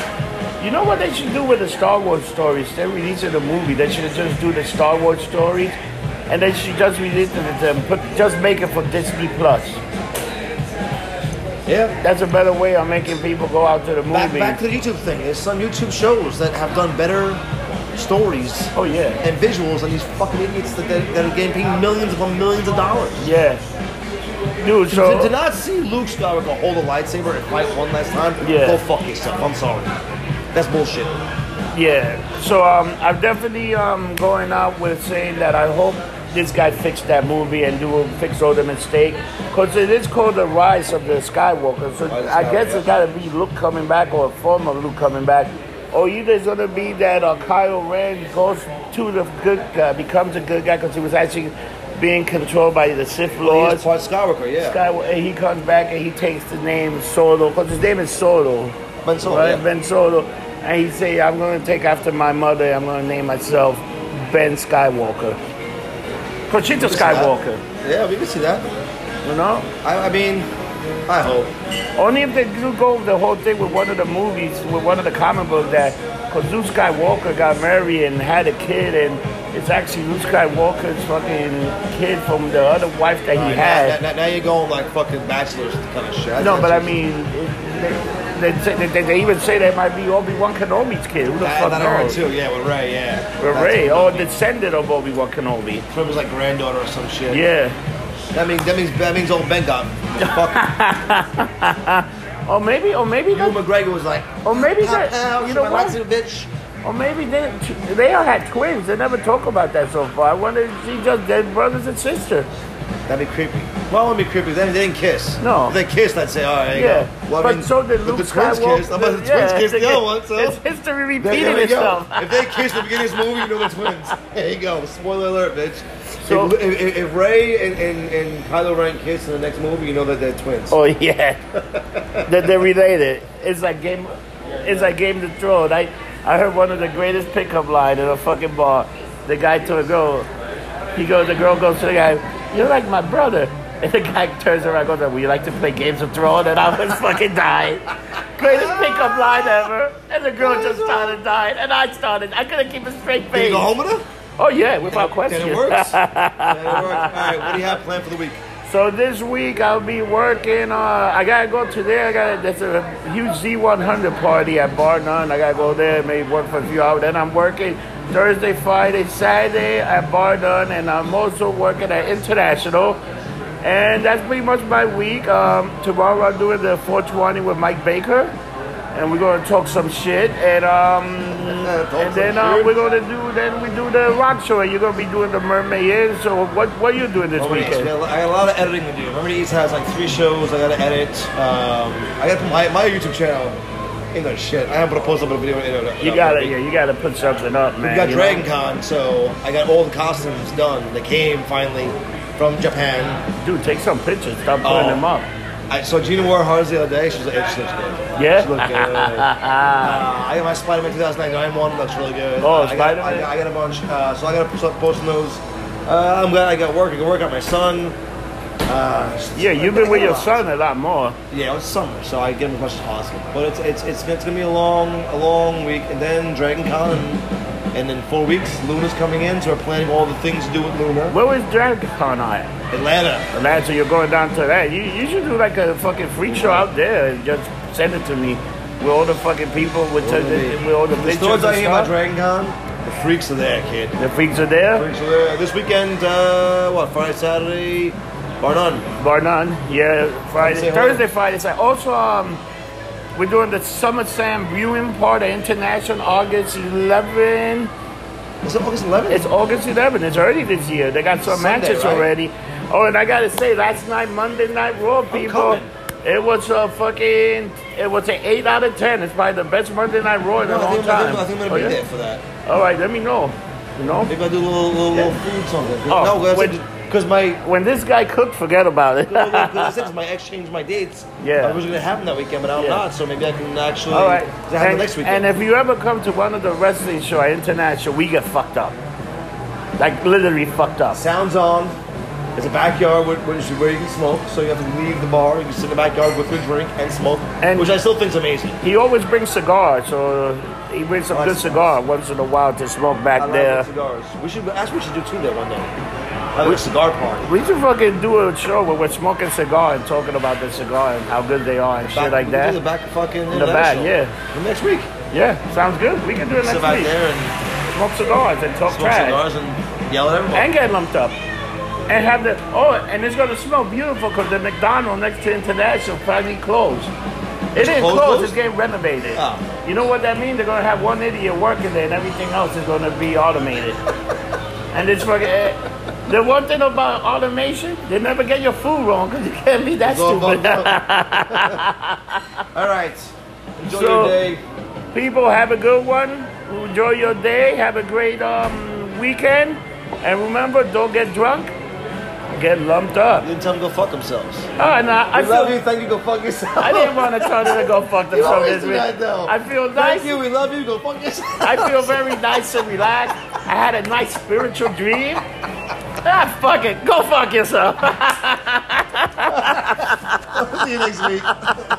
Speaker 1: you know what they should do with the Star Wars stories? They release it a movie. They should just do the Star Wars stories, and they should just release it and put just make it for Disney Plus.
Speaker 2: Yeah.
Speaker 1: That's a better way of making people go out to the movie.
Speaker 2: Back, back to the YouTube thing. There's some YouTube shows that have done better stories
Speaker 1: oh yeah,
Speaker 2: and visuals than these fucking idiots that, that, that are getting paid millions upon millions of dollars.
Speaker 1: yeah. Dude, so
Speaker 2: To, to not see Luke Skywalker hold a lightsaber and fight one last time,
Speaker 1: Yeah.
Speaker 2: go fuck yourself. I'm sorry. That's bullshit.
Speaker 1: Yeah. So um, I'm definitely um, going out with saying that I hope this guy fixed that movie and do fix all the mistake because it is called the rise of the Skywalker. So
Speaker 2: Rise of
Speaker 1: I guess
Speaker 2: Skywalker.
Speaker 1: it's got to be Luke coming back or a form of Luke coming back. Or either it's gonna be that uh, Kylo Ren goes to the good guy, becomes a good guy because he was actually being controlled by the Sith
Speaker 2: He is
Speaker 1: Lords.
Speaker 2: part Skywalker, yeah.
Speaker 1: Skywalker, and he comes back and he takes the name Solo because his name is Solo
Speaker 2: Ben Solo,
Speaker 1: right?
Speaker 2: yeah.
Speaker 1: Ben Solo. And he say, I'm going to take after my mother. I'm going to name myself Ben Skywalker. Conchita Skywalker,
Speaker 2: Yeah, we can see that.
Speaker 1: you know?
Speaker 2: I, I mean, I hope.
Speaker 1: Only if they do go the whole thing with one of the movies, with one of the comic books that, because Luke Skywalker got married and had a kid, and it's actually Luke Skywalker's fucking kid from the other wife that he
Speaker 2: Now-
Speaker 1: had.
Speaker 2: now, now- now you're going like fucking bachelors kind of shit.
Speaker 1: no, but I mean, it- they, they, say- they, they even say that might be Obi Wan Kenobi's kid. Who the
Speaker 2: That,
Speaker 1: fuck
Speaker 2: that I heard
Speaker 1: knows?
Speaker 2: too, yeah, with Ray, yeah.
Speaker 1: With
Speaker 2: That's
Speaker 1: Ray,
Speaker 2: what-
Speaker 1: or descendant of Obi Wan Kenobi.
Speaker 2: From his like granddaughter or some shit.
Speaker 1: Yeah.
Speaker 2: That means that means that means old Ben got fuck.
Speaker 1: Or maybe, or maybe,
Speaker 2: Hugh
Speaker 1: that,
Speaker 2: McGregor was like,
Speaker 1: or maybe
Speaker 2: pow,
Speaker 1: that,
Speaker 2: pow,
Speaker 1: you know
Speaker 2: my
Speaker 1: what?
Speaker 2: lightsaber, bitch.
Speaker 1: Or maybe they they all had twins. They never talk about that so far. I wonder if she just dead brothers and sisters.
Speaker 2: That'd be creepy. Well, it would be creepy. Then they didn't kiss.
Speaker 1: No.
Speaker 2: If they kissed, I'd say, all right, there you
Speaker 1: Yeah.
Speaker 2: go. Well, I
Speaker 1: but
Speaker 2: mean,
Speaker 1: so did
Speaker 2: but
Speaker 1: Luke
Speaker 2: the twins
Speaker 1: Skywalker.
Speaker 2: kissed. I'm about the twins
Speaker 1: Yeah,
Speaker 2: kissed the other one, so.
Speaker 1: It's history
Speaker 2: There-
Speaker 1: repeating
Speaker 2: there we go.
Speaker 1: itself.
Speaker 2: If they kiss at the beginning of this movie, you know they're twins. There you go. Spoiler alert, bitch.
Speaker 1: So-
Speaker 2: if, if, if Ray and, and, and Kylo Ren kiss in the next movie, you know that they're twins.
Speaker 1: Oh yeah, that they're related. It's like game, it's like Game of Thrones. I, I heard one of the greatest pickup line in a fucking bar. The guy to a girl, he goes, the girl goes to the guy, you're like my brother. And the guy turns around, and goes, "Would you like to play Games of Thrones?" And I was fucking dying. Greatest pickup line ever. And the girl just started dying, and I started. I couldn't keep a straight
Speaker 2: Can you
Speaker 1: face.
Speaker 2: go home with her?
Speaker 1: Oh yeah, without question.
Speaker 2: Then it works. then it works. All right, what do you have planned for the week?
Speaker 1: So this week I'll be working. Uh, I gotta go to there. I gotta. There's a huge Z100 party at Bar None. I gotta go there. Maybe work for a few hours. Then I'm working Thursday, Friday, Saturday at Bar None, and I'm also working at International. And that's pretty much my week. Um, tomorrow I'm doing the 420 with Mike Baker, and we're gonna talk some shit. And um, and then uh, we're gonna do. Then we do the rock show. And you're gonna be doing the Mermaid Inn. So what what you doing this
Speaker 2: Oh, wait,
Speaker 1: weekend?
Speaker 2: I got a lot of editing to do. Remember, East has like three shows. I gotta edit. Um, I gotta put my, my YouTube channel in the shit. I haven't put a post up a video in a-
Speaker 1: You
Speaker 2: in a
Speaker 1: gotta,
Speaker 2: week.
Speaker 1: yeah, you gotta put something up, man.
Speaker 2: We got
Speaker 1: you
Speaker 2: Dragon Con, so I got all the costumes done. They came finally from Japan.
Speaker 1: know? Dude, take some pictures. Stop putting
Speaker 2: Oh.
Speaker 1: them up.
Speaker 2: I saw Gina wore hers the other day. She's like, "Yeah, she looks good.
Speaker 1: Yeah?
Speaker 2: She looks good. Uh, I got my Spider Man 2099 one. Looks really good.
Speaker 1: Oh,
Speaker 2: I got-
Speaker 1: Spider-Man.
Speaker 2: I, got- I got a bunch, uh, so I got to start posting those. Uh, I'm glad I got work. I got work on my son. Uh,
Speaker 1: Yeah, you've been with your son a lot more.
Speaker 2: Yeah, it was summer, so I get him as much as possible. But it's it's it's, it's gonna be a long a long week, and then Dragon Con, and then four weeks. Luna's coming in, so we're planning all the things to do with Luna.
Speaker 1: Where was Dragon Con at?
Speaker 2: Atlanta.
Speaker 1: Atlanta, so you're going down to that. You, you should do like a fucking freak show out there and just send it to me. With all the fucking people, with, the, with all the
Speaker 2: The stories
Speaker 1: pictures
Speaker 2: I
Speaker 1: and
Speaker 2: hear about
Speaker 1: stuff.
Speaker 2: Dragon Con, the freaks are there, kid.
Speaker 1: The freaks are there.
Speaker 2: Freaks are there. This weekend, uh, what, Friday, Saturday, bar none.
Speaker 1: Bar none. Yeah, Friday,
Speaker 2: Say hi.
Speaker 1: Thursday, Friday. It's like also um, we're doing the Summer Sam viewing party international August 11.
Speaker 2: Was it August 11th?
Speaker 1: It's August 11th. It's early this year. They got some
Speaker 2: Sunday,
Speaker 1: matches
Speaker 2: right?
Speaker 1: already. Oh, and I gotta say, last night, Monday Night Raw, people,
Speaker 2: coming.
Speaker 1: it was a fucking, it was an eight out of ten. It's probably the best Monday Night Raw in
Speaker 2: No,
Speaker 1: a
Speaker 2: I,
Speaker 1: long
Speaker 2: think, I,
Speaker 1: time.
Speaker 2: think, I think I'm gonna
Speaker 1: Oh,
Speaker 2: be
Speaker 1: yeah?
Speaker 2: there for that.
Speaker 1: All right, let me know. You know?
Speaker 2: Maybe I do a little, little, little food something.
Speaker 1: Oh,
Speaker 2: no, that's
Speaker 1: when-
Speaker 2: it. Because my
Speaker 1: When this guy cooked, forget about it.
Speaker 2: well, no, 'cause that's it, 'cause my ex changed my dates.
Speaker 1: Yeah.
Speaker 2: I was gonna have them that weekend, but I'm
Speaker 1: Yeah.
Speaker 2: not. So maybe I can actually.
Speaker 1: All right.
Speaker 2: 'cause I have them next weekend.
Speaker 1: and if you ever come to one of the wrestling show at international, we get fucked up. Like literally fucked up.
Speaker 2: Sounds on. It's a backyard where, where you- where you can smoke, so you have to leave the bar. You can sit in the backyard with your drink and smoke,
Speaker 1: And-
Speaker 2: which I still think is amazing.
Speaker 1: He always brings cigars, so he brings a
Speaker 2: Oh, Nice.
Speaker 1: good cigar once in a while to smoke
Speaker 2: I
Speaker 1: back
Speaker 2: love
Speaker 1: there.
Speaker 2: cigars. We should ask. We should do two there one day. Have a cigar party.
Speaker 1: We should fucking do a show where we're smoking cigar and talking about the cigar and how good they are and shit
Speaker 2: Back-
Speaker 1: like
Speaker 2: we can
Speaker 1: that.
Speaker 2: Do the back fucking in
Speaker 1: the back, yeah.
Speaker 2: Next week,
Speaker 1: Yeah, sounds good. We can do it
Speaker 2: sit
Speaker 1: next
Speaker 2: back
Speaker 1: week.
Speaker 2: there and
Speaker 1: Smoke cigars and talk
Speaker 2: smoke
Speaker 1: trash
Speaker 2: cigars and yell at everyone.
Speaker 1: and get lumped up. And have the oh, and it's gonna smell beautiful because the McDonald's next to International finally closed. It didn't
Speaker 2: closed,
Speaker 1: close;
Speaker 2: closed?
Speaker 1: it's getting renovated.
Speaker 2: Oh.
Speaker 1: You know what that means? They're gonna have one idiot working there, and everything else is gonna be automated. and it's fucking. eh, the one thing about automation, they never get your food wrong because you can't be that
Speaker 2: Go, go,
Speaker 1: stupid.
Speaker 2: go. All right. Enjoy
Speaker 1: So-
Speaker 2: your day.
Speaker 1: People, have a good one. Enjoy your day. Have a great um, weekend. And remember, don't get drunk. Get lumped up.
Speaker 2: You didn't tell them to go fuck themselves.
Speaker 1: Oh, no, I,
Speaker 2: I love
Speaker 1: feel,
Speaker 2: you. Thank you. Go fuck yourself.
Speaker 1: I didn't want to tell them to go fuck
Speaker 2: You
Speaker 1: themselves.
Speaker 2: always
Speaker 1: this
Speaker 2: do
Speaker 1: week.
Speaker 2: that though.
Speaker 1: I feel nice.
Speaker 2: Thank you. We love you. Go fuck yourself.
Speaker 1: I feel very nice and relaxed. I had a nice spiritual dream. Ah, fuck it. Go fuck yourself.
Speaker 2: See you next week.